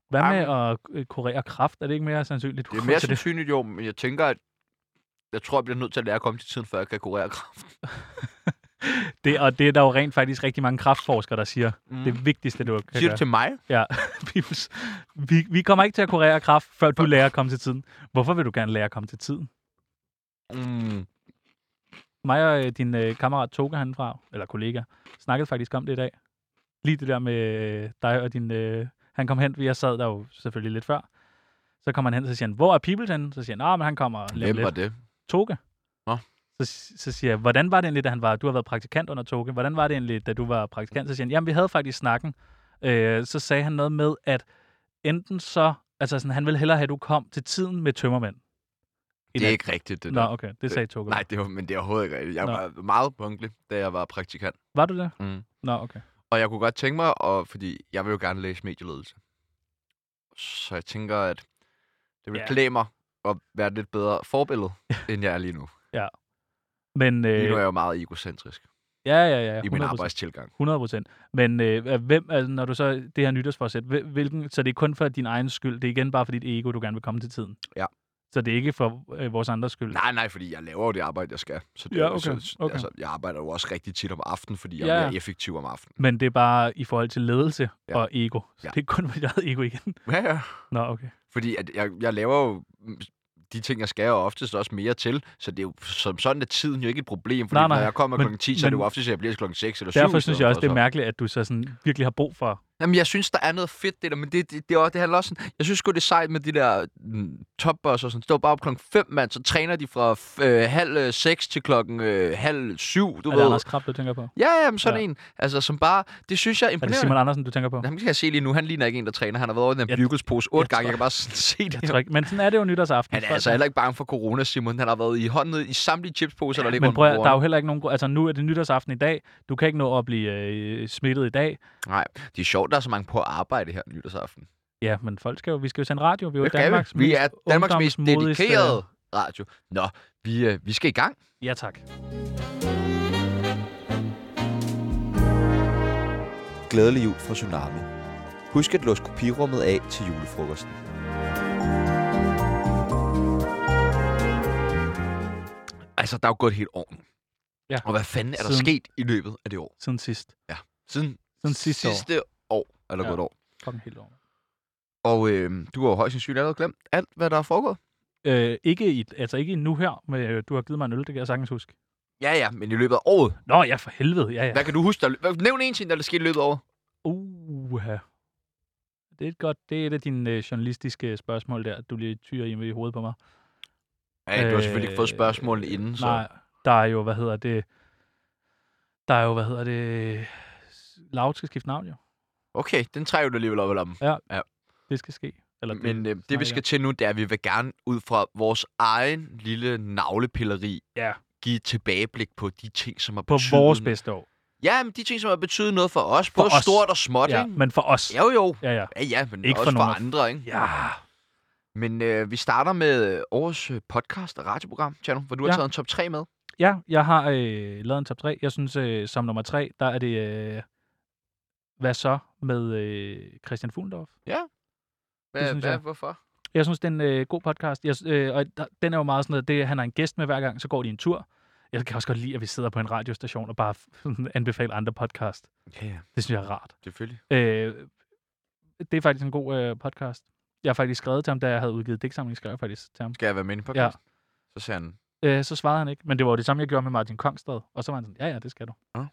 Speaker 3: Hvad med at øh, kurere kraft? Er det ikke mere sandsynligt, du
Speaker 4: Det er
Speaker 3: kommer
Speaker 4: mere
Speaker 3: til det?
Speaker 4: sandsynligt, jo, men jeg tænker, at jeg tror, jeg bliver nødt til at lære at komme til tiden, før jeg kan kurere kræft.
Speaker 3: det? Og det er der jo rent faktisk rigtig mange kraftforskere, der siger,
Speaker 4: Mm.
Speaker 3: det vigtigste, du kan
Speaker 4: Siger du
Speaker 3: gøre.
Speaker 4: til mig?
Speaker 3: Ja, Pibels, vi, vi kommer ikke til at kurere kraft, før du lærer at komme til tiden. Hvorfor vil du gerne lære at komme til tiden?
Speaker 4: Mm.
Speaker 3: mig og øh, din øh, kammerat Toga han fra, eller kollega, snakkede faktisk om det i dag. Lige det der med øh, dig og din... Øh, han kom hen, for jeg sad der jo selvfølgelig lidt før. Så kommer han hen, så siger han, hvor er Peoples henne? Så siger han, ah, men han kommer lidt
Speaker 4: Hvem var
Speaker 3: lidt.
Speaker 4: det?
Speaker 3: Toga.
Speaker 4: Nå.
Speaker 3: Så, så siger jeg, hvordan var det egentlig, da han var, du har været praktikant under Toge, hvordan var det egentlig, da du var praktikant? Så siger han, jamen vi havde faktisk snakken. Øh, så sagde han noget med, at enten så, altså sådan, han ville hellere have, at du kom til tiden med tømmermænd.
Speaker 4: Det er ikke rigtigt, det
Speaker 3: Nå,
Speaker 4: der.
Speaker 3: okay, det sagde Toge.
Speaker 4: Nej, det var, men det er overhovedet ikke rigtigt. Jeg
Speaker 3: Nå.
Speaker 4: var meget punktlig, da jeg var praktikant.
Speaker 3: Var du det?
Speaker 4: Mm.
Speaker 3: Nå, okay.
Speaker 4: Og jeg kunne godt tænke mig, og, fordi jeg vil jo gerne læse medieledelse. Så jeg tænker, at det vil
Speaker 3: Ja.
Speaker 4: klæde mig at være et lidt bedre
Speaker 3: [LAUGHS]
Speaker 4: forbillede, end jeg er lige nu.
Speaker 3: Men, øh,
Speaker 4: Lige nu er jeg jo meget egocentrisk
Speaker 3: Ja, ja, ja.
Speaker 4: i min
Speaker 3: 100%.
Speaker 4: arbejdstilgang.
Speaker 3: 100 procent. Men øh, hvem, altså, når du så, det her nytårsforsæt, hvil- hvilken, så det er kun for din egen skyld, det er igen bare for dit ego, du gerne vil komme til tiden.
Speaker 4: Ja.
Speaker 3: Så det er ikke for øh, vores andres skyld.
Speaker 4: Nej, nej, fordi jeg laver jo det arbejde, jeg skal. Så det
Speaker 3: Ja,
Speaker 4: er jo-
Speaker 3: okay,
Speaker 4: så,
Speaker 3: okay.
Speaker 4: Altså, jeg arbejder jo også rigtig tit om aftenen, fordi jeg
Speaker 3: Ja,
Speaker 4: er
Speaker 3: ja.
Speaker 4: mere effektiv om aftenen.
Speaker 3: Men det er bare i forhold til ledelse
Speaker 4: Ja.
Speaker 3: ja. og ego. Så
Speaker 4: Ja.
Speaker 3: ja. det er kun for dit eget ego igen.
Speaker 4: Ja, ja.
Speaker 3: Nå, okay.
Speaker 4: Fordi at jeg, jeg laver jo mm, de ting, jeg skal, og oftest også mere til. Så det er jo, som sådan er tiden jo ikke et problem. Fordi
Speaker 3: Nej,
Speaker 4: når
Speaker 3: nej,
Speaker 4: jeg kommer
Speaker 3: men-
Speaker 4: kl. 10, så er det jo
Speaker 3: men-
Speaker 4: oftest, at jeg bliver kl. 6 eller 7.
Speaker 3: Derfor synes jeg også, det er mærkeligt, at du så sådan virkelig har brug for...
Speaker 4: Jamen, jeg synes, der er noget fedt det der, men det, det, det, er også- det handler også sådan, jeg synes sgu, det er sejt med de der mm, topbosser, sådan, står bare op klokken 5, mand, så træner de fra f- øh, halv øh, 6 til klokken øh, halv 7, du
Speaker 3: Er det
Speaker 4: ved.
Speaker 3: Anders Krab, du tænker på? Er
Speaker 4: Ja, ja, men sådan ja.
Speaker 3: Ja.
Speaker 4: en, altså, som bare, det synes jeg er
Speaker 3: det
Speaker 4: imponerende.
Speaker 3: Simon Andersen, du tænker på?
Speaker 4: Ham kan jeg se lige nu, han ligner ikke en, der træner. Han har været over i den her
Speaker 3: Jeg-
Speaker 4: blykelspose otte
Speaker 3: jeg
Speaker 4: gange,
Speaker 3: tror-
Speaker 4: jeg kan bare sådan se det.
Speaker 3: Jeg tror ikke. Men sådan er det jo nytårsaften.
Speaker 4: Han er altså heller ikke bange for corona, Simon. Han har været i hånden ned i samtlige chipsposer, der ligger
Speaker 3: men
Speaker 4: rundt på
Speaker 3: prøv, at- der er
Speaker 4: bordet.
Speaker 3: jo heller ikke nogen... gru- Altså, nu er det nytårsaften i dag. Du kan ikke nå at blive øh, smittet i dag.
Speaker 4: Nej, det er sjovt, der er så mange på at arbejde her nytårsaften.
Speaker 3: Ja, men folk skal jo, vi skal jo sende radio. Vi er jo
Speaker 4: Det skal
Speaker 3: Danmarks
Speaker 4: vi. vi er Danmarks mest
Speaker 3: ungdomsmodigste-
Speaker 4: dedikerede radio. Nå, vi, øh, vi skal i gang.
Speaker 3: Ja, tak.
Speaker 1: Glædelig jul fra Tsunami. Husk at låse kopirummet af til julefrokosten.
Speaker 4: Altså, der er jo gået et helt år nu.
Speaker 3: Ja.
Speaker 4: Og hvad fanden er der
Speaker 3: Siden-
Speaker 4: sket i løbet af det år?
Speaker 3: Siden sidst.
Speaker 4: Siden
Speaker 3: Siden sidste, sidste. år.
Speaker 4: sidste år. år er der
Speaker 3: Ja.
Speaker 4: gået et år.
Speaker 3: Fucking helt år.
Speaker 4: Og øh, du har jo højst sandsynligt allerede glemt alt, hvad der er foregået.
Speaker 3: Øh, ikke i, altså ikke i nu her, men øh, du har givet mig en øl, det kan jeg sagtens huske.
Speaker 4: Ja, ja, men i løbet af året.
Speaker 3: Nå, ja, for helvede. Ja, ja.
Speaker 4: Hvad kan du huske? Der, hvad- nævn en ting, der er sket i løbet af året.
Speaker 3: Uha. Det er et godt, det er et af dine øh, journalistiske spørgsmål der, du lige tyrer i, i hovedet på mig.
Speaker 4: Ja, du har selvfølgelig ikke fået
Speaker 3: Øh,
Speaker 4: spørgsmålet inden, så...
Speaker 3: Nej, der er jo, hvad hedder det, der er jo, hvad hedder det, Laut skal skifte navn jo.
Speaker 4: Okay, den træver du alligevel op i lommen.
Speaker 3: Det skal ske. Eller
Speaker 4: Men øh, det,
Speaker 3: snakker
Speaker 4: vi skal til nu, det er, at vi vil gerne ud fra vores egen lille navlepilleri
Speaker 3: Ja.
Speaker 4: give et tilbageblik på de ting, som har
Speaker 3: På
Speaker 4: betydet...
Speaker 3: vores bedste år.
Speaker 4: Ja, men de ting, som har betydet noget for os,
Speaker 3: For
Speaker 4: både
Speaker 3: os.
Speaker 4: stort og småt,
Speaker 3: Ja,
Speaker 4: ikke?
Speaker 3: men for os.
Speaker 4: Jo, jo.
Speaker 3: Ja, ja.
Speaker 4: Ja, ja, men
Speaker 3: Ikke
Speaker 4: ikke
Speaker 3: for
Speaker 4: også for, for
Speaker 3: nogen af-
Speaker 4: andre, ikke?
Speaker 3: Ja.
Speaker 4: Men øh, vi starter med øh, årets øh, podcast og radioprogram, Tjerno, hvor du ja.
Speaker 3: Ja.
Speaker 4: har taget en top 3 med.
Speaker 3: Ja, jeg har øh, lavet en top 3. Jeg synes, øh, som nummer 3, der er det... Øh, hvad så med øh, Christian Fuglendorf?
Speaker 4: Hva,
Speaker 3: synes jeg.
Speaker 4: Hvorfor?
Speaker 3: Jeg synes, det er en øh, god podcast. Jeg, øh, og der, den er jo meget sådan noget, det, han har en gæst med hver gang, så går de en tur. Jeg kan også godt lide, at vi sidder på en radiostation og bare [LAUGHS] anbefaler andre podcast.
Speaker 4: Ja, ja,
Speaker 3: Det synes jeg er rart.
Speaker 4: selvfølgelig.
Speaker 3: Øh, det er faktisk en god øh, podcast. Jeg har faktisk skrevet til ham, da jeg havde udgivet digtsamling, skrev jeg faktisk til ham.
Speaker 4: Skal jeg være med i podcasten? Ja. Så sagde han,
Speaker 3: Øh, så svarede han ikke, men det var jo det samme, jeg gjorde med Martin Kongstad. Og så var han sådan, ja, ja, det skal du.
Speaker 4: Nå.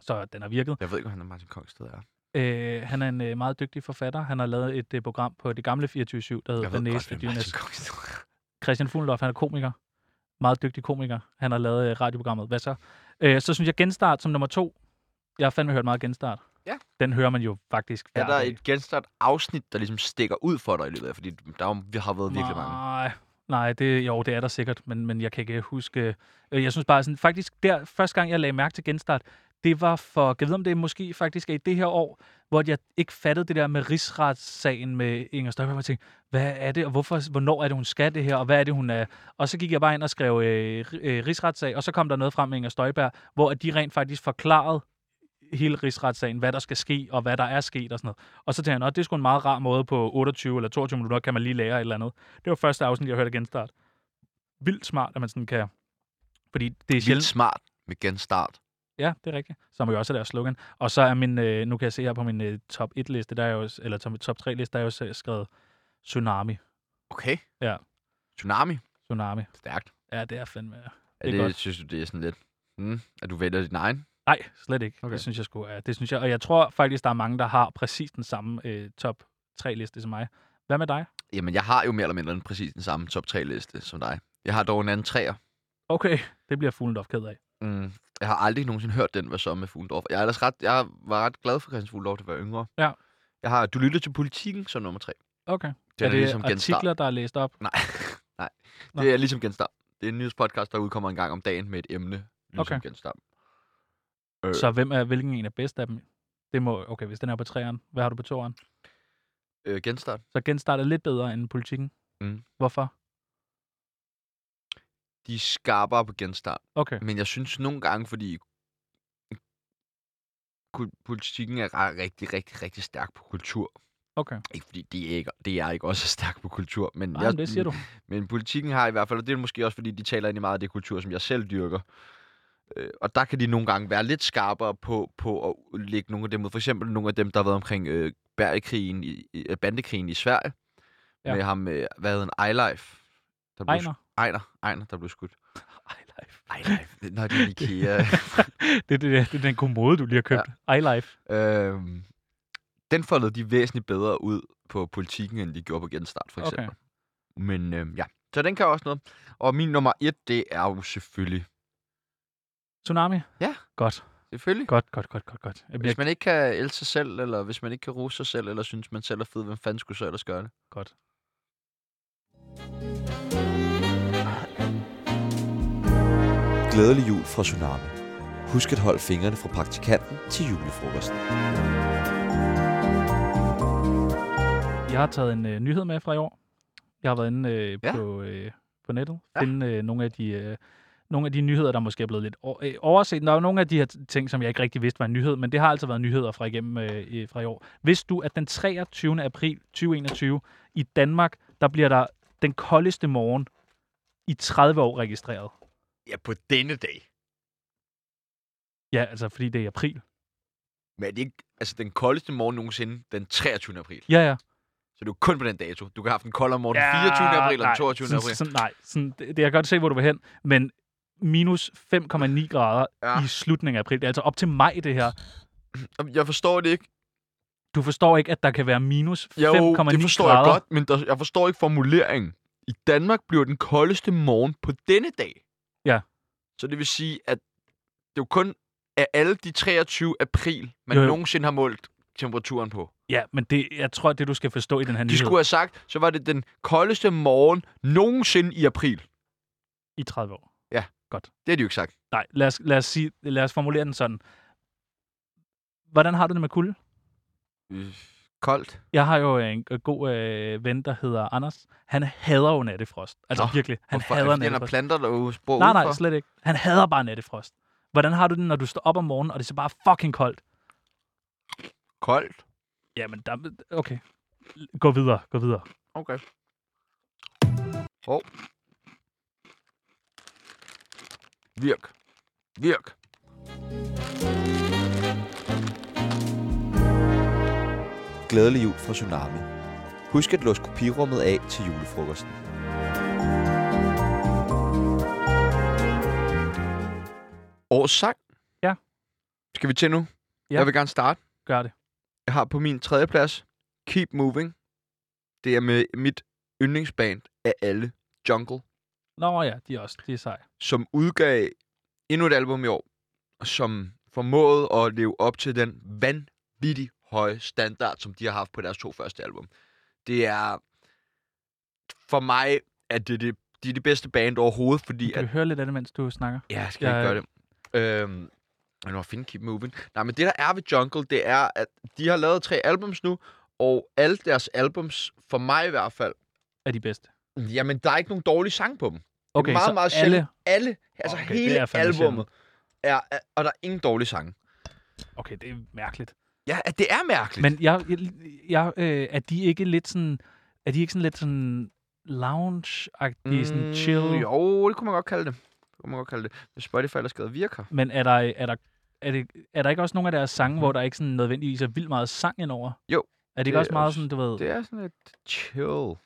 Speaker 3: Så den har virket.
Speaker 4: jeg ved ikke, hvor han er Martin Kongsted er.
Speaker 3: Øh, han er en øh, meget dygtig forfatter. Han har lavet et øh, program på det gamle 24-7, der hedder
Speaker 4: Jeg
Speaker 3: Den
Speaker 4: ved
Speaker 3: Næste
Speaker 4: godt, hvem
Speaker 3: Dyrenes.
Speaker 4: Martin Kongsted er.
Speaker 3: Christian Fuglendorf, han er komiker. Meget dygtig komiker. Han har lavet øh, radioprogrammet. Hvad så? Øh, så synes jeg Genstart som nummer to. Jeg har fandme hørt meget Genstart.
Speaker 4: Ja.
Speaker 3: Den hører man jo faktisk
Speaker 4: Er
Speaker 3: hver
Speaker 4: der
Speaker 3: dag.
Speaker 4: et genstart afsnit, der ligesom stikker ud for dig i løbet af? Fordi der er, jo- vi har været virkelig mange.
Speaker 3: Nej, nej det, jo, det er der sikkert, men, men jeg kan ikke huske... Øh, Jeg synes bare sådan, faktisk der, første gang jeg lagde mærke til genstart, det var for, jeg ved om det måske faktisk er i det her år, hvor jeg ikke fattede det der med rigsretssagen med Inger Støjberg, og jeg tænkte, hvad er det, og hvorfor, hvornår er det, hun skal det her, og hvad er det, hun er... Og så gik jeg bare ind og skrev øh, ri- øh, rigsretssag, og så kom der noget frem med Inger Støjberg, hvor at de rent faktisk forklarede hele rigsretssagen, hvad der skal ske, og hvad der er sket og sådan noget. Og så tænkte jeg, at det er sgu en meget rar måde på 28 eller 22 minutter, kan man lige lære et eller andet. Det var første afsnit, jeg hørte af genstart. Vildt smart, at man sådan kan... Fordi det er
Speaker 4: Vildt
Speaker 3: sjældent...
Speaker 4: smart med genstart.
Speaker 3: Ja, det er rigtigt. Som jo også er deres slogan. Og så er min... Øh, nu kan jeg se her på min øh, top 1-liste, der er jo, eller top, top 3-liste, der er jo så skrevet Tsunami.
Speaker 4: Okay.
Speaker 3: Ja.
Speaker 4: Tsunami.
Speaker 3: Tsunami.
Speaker 4: Stærkt.
Speaker 3: Ja, det er fandme...
Speaker 4: Er
Speaker 3: Det
Speaker 4: det,
Speaker 3: er godt.
Speaker 4: det synes du, det er sådan lidt... Hmm, at du vælger din egen?
Speaker 3: Nej, slet ikke. Okay.
Speaker 4: Okay.
Speaker 3: Det synes jeg sgu er. Det synes jeg. Og jeg tror faktisk, der er mange, der har præcis den samme øh, top 3-liste som mig. Hvad med dig?
Speaker 4: Jamen, jeg har jo mere eller mindre den- præcis den samme top 3-liste som dig. Jeg har dog en anden træer.
Speaker 3: Okay, det bliver Fuglendorf ked af.
Speaker 4: Mm. Jeg har aldrig nogensinde hørt den, hvad så med Fuglendorf. Jeg, er ellers ret, jeg var ret glad for Christian Fuglendorf, da jeg var yngre.
Speaker 3: Ja.
Speaker 4: Jeg har Du lytter til politikken som nummer 3.
Speaker 3: Okay.
Speaker 4: Den
Speaker 3: er det
Speaker 4: ligesom genstart. Øh.
Speaker 3: artikler, der er læst op?
Speaker 4: Nej, [LAUGHS] nej.
Speaker 3: Nå.
Speaker 4: Det er ligesom genstart. Det er en nyhedspodcast, der udkommer en gang om dagen med et emne. Ligesom
Speaker 3: Okay.
Speaker 4: okay. genstart. Øh,
Speaker 3: Så hvem er, hvilken en er bedst af dem? Det må, okay, hvis den er på træeren, hvad har du på toeren?
Speaker 4: øh, genstart.
Speaker 3: Så genstart er lidt bedre end politikken.
Speaker 4: Mm.
Speaker 3: Hvorfor?
Speaker 4: De er skarpere på genstart.
Speaker 3: Okay.
Speaker 4: Men jeg synes nogle gange, fordi kul- politikken er ret- rigtig, rigtig, rigtig stærk på kultur.
Speaker 3: Okay.
Speaker 4: Ikke fordi det er ikke, det er ikke også er stærk på kultur, men,
Speaker 3: Nej, men
Speaker 4: [LAUGHS]
Speaker 3: det siger du.
Speaker 4: men politikken har i hvert fald, og det er måske også, fordi de taler ind i meget af det kultur, som jeg selv dyrker. Øh, og der kan de nogle gange være lidt skarpere på, på at lægge nogle af dem ud. For eksempel nogle af dem, der har været omkring øh, bærkrigen i, i, øh, bandekrigen i Sverige.
Speaker 3: Ja.
Speaker 4: Ja. Med ham, øh, hvad hedder han, Eyelife. Der blev
Speaker 3: Ejner.
Speaker 4: sk- Ejner, Ejner, der blev skudt.
Speaker 3: iLife.
Speaker 4: Eyelife, det, nej, øh, det er en [LAUGHS] IKEA.
Speaker 3: [LAUGHS] det, er det, der- det er den kommode, du lige har købt. Ja. iLife.
Speaker 4: Øhm, den foldede de væsentligt bedre ud på politikken, end de gjorde på genstart, for
Speaker 3: Okay.
Speaker 4: eksempel. Okay. Men øhm, ja, så den kan også noget. Og min nummer et, det er jo selvfølgelig...
Speaker 3: Tsunami?
Speaker 4: Ja.
Speaker 3: Godt.
Speaker 4: Selvfølgelig.
Speaker 3: Godt, godt, godt, godt, godt. Jeg bliver
Speaker 4: Hvis man ikke kan elske sig selv, eller hvis man ikke kan rose sig selv, eller synes man selv er fed, hvem fanden skulle så ellers gøre det?
Speaker 3: godt.
Speaker 1: Glædelig jul fra Tsunami. Husk at holde fingrene fra praktikanten til julefrokosten.
Speaker 3: Jeg har taget en øh, nyhed med fra i år. Jeg har været inde øh, ja.
Speaker 4: Ja.
Speaker 3: på, øh, på nettet.
Speaker 4: Ja.
Speaker 3: Finde øh, nogle af de... Øh, nogle af de nyheder, der måske er blevet lidt o- øh, overset. Der er jo nogle af de her t- ting, som jeg ikke rigtig vidste var en nyhed, men det har altså været nyheder fra igennem øh, øh, fra i år. Vidste du, at den 23. april 2021 i Danmark, der bliver der den koldeste morgen i 30 år registreret?
Speaker 4: Ja, på denne dag.
Speaker 3: Ja, altså fordi det er i april.
Speaker 4: Men er det ikke altså, den koldeste morgen nogensinde, den 23. april?
Speaker 3: Ja, ja.
Speaker 4: Så det er jo kun på den dato. Du kan have haft en koldere morgen den
Speaker 3: Ja,
Speaker 4: 24. april og
Speaker 3: nej,
Speaker 4: den 22.
Speaker 3: sådan,
Speaker 4: april.
Speaker 3: Sådan, nej, sådan, det, det- jeg kan godt se, hvor du vil hen, men minus 5,9 grader ja.
Speaker 4: Ja.
Speaker 3: i slutningen af april. Det er altså op til maj, det her.
Speaker 4: Jamen, Jeg forstår det ikke.
Speaker 3: Du forstår ikke, at der kan være minus 5,9
Speaker 4: Jo,
Speaker 3: grader.
Speaker 4: det forstår jeg godt, men der, jeg forstår ikke formuleringen. I Danmark bliver den koldeste morgen på denne dag.
Speaker 3: Ja.
Speaker 4: Så det vil sige, at det jo kun er alle de 23. april, man
Speaker 3: Jo, jo.
Speaker 4: nogensinde har målt temperaturen på.
Speaker 3: Ja, men det, jeg tror, det du skal forstå i den her
Speaker 4: De
Speaker 3: nyhed
Speaker 4: skulle have sagt, så var det den koldeste morgen nogensinde i april.
Speaker 3: i 30 år.
Speaker 4: Det har de jo ikke sagt.
Speaker 3: Nej, lad os, lad, os sige, lad os formulere den sådan. Hvordan har du det med kulde?
Speaker 4: Koldt.
Speaker 3: Jeg har jo en, en god øh, ven, der hedder Anders. Han hader jo nattefrost. Altså
Speaker 4: Nå,
Speaker 3: Nå, virkelig, han
Speaker 4: Hvorfor? Er det,
Speaker 3: hader
Speaker 4: fordi han har
Speaker 3: nattefrost.
Speaker 4: planter, der jo spor
Speaker 3: Nej, nej,
Speaker 4: udenfor?
Speaker 3: slet ikke. Han hader bare nattefrost. Hvordan har du det, når du står op om morgenen, og det er så bare fucking koldt?
Speaker 4: Koldt.
Speaker 3: Jamen, der, okay. Gå videre, gå videre.
Speaker 4: Okay. Hov. Virk. Virk.
Speaker 2: Glædelig jul fra Tsunami. Husk at låse kopirummet af til julefrokosten.
Speaker 4: Årets sang.
Speaker 3: Ja.
Speaker 4: Skal vi til nu?
Speaker 3: Ja.
Speaker 4: Jeg vil gerne starte.
Speaker 3: Gør det.
Speaker 4: Jeg har på min tredje plads Keep Moving. Det er med mit yndlingsband af alle, Jungle,
Speaker 3: Nå ja, de er også de er seje.
Speaker 4: som udgav endnu et album i år, og som formåede at leve op til den vanvittig høje standard, som de har haft på deres to første album. Det er... For mig er det det, de er det bedste band overhovedet, fordi
Speaker 3: Kan
Speaker 4: at
Speaker 3: vi høre lidt af det, mens du snakker?
Speaker 4: Ja, skal
Speaker 3: Jeg-
Speaker 4: jeg ikke gøre det. Øhm, men hvor fanden keep moving. Nej, men det der er ved Jungle, det er, at de har lavet tre albums nu, og alle deres albums, for mig i hvert fald,
Speaker 3: Er de bedste?
Speaker 4: jamen der er ikke nogen dårlige sang på dem.
Speaker 3: Okay,
Speaker 4: meget,
Speaker 3: så
Speaker 4: meget sjældent.
Speaker 3: alle...
Speaker 4: Alle, altså
Speaker 3: Okay, det
Speaker 4: hele
Speaker 3: er fandme
Speaker 4: albummet, er, er, og der er ingen dårlige sange.
Speaker 3: Okay, det er mærkeligt.
Speaker 4: Ja, at det er mærkeligt.
Speaker 3: Men jeg, jeg, jeg øh, er de ikke lidt sådan... Er de ikke sådan lidt sådan lounge-agtige, mm, sådan chill?
Speaker 4: Jo, det kunne man godt kalde det. Det kunne man godt kalde det. Hvis Spotify ellers gad virke her.
Speaker 3: Men er der, er der, er, det, er der ikke også nogle af deres sange, hvor der ikke sådan nødvendigvis er vildt meget sang indover?
Speaker 4: Mm. Jo,
Speaker 3: Er det ikke
Speaker 4: det
Speaker 3: det også
Speaker 4: er
Speaker 3: meget
Speaker 4: også-
Speaker 3: sådan, du ved...
Speaker 4: Det er sådan lidt chill,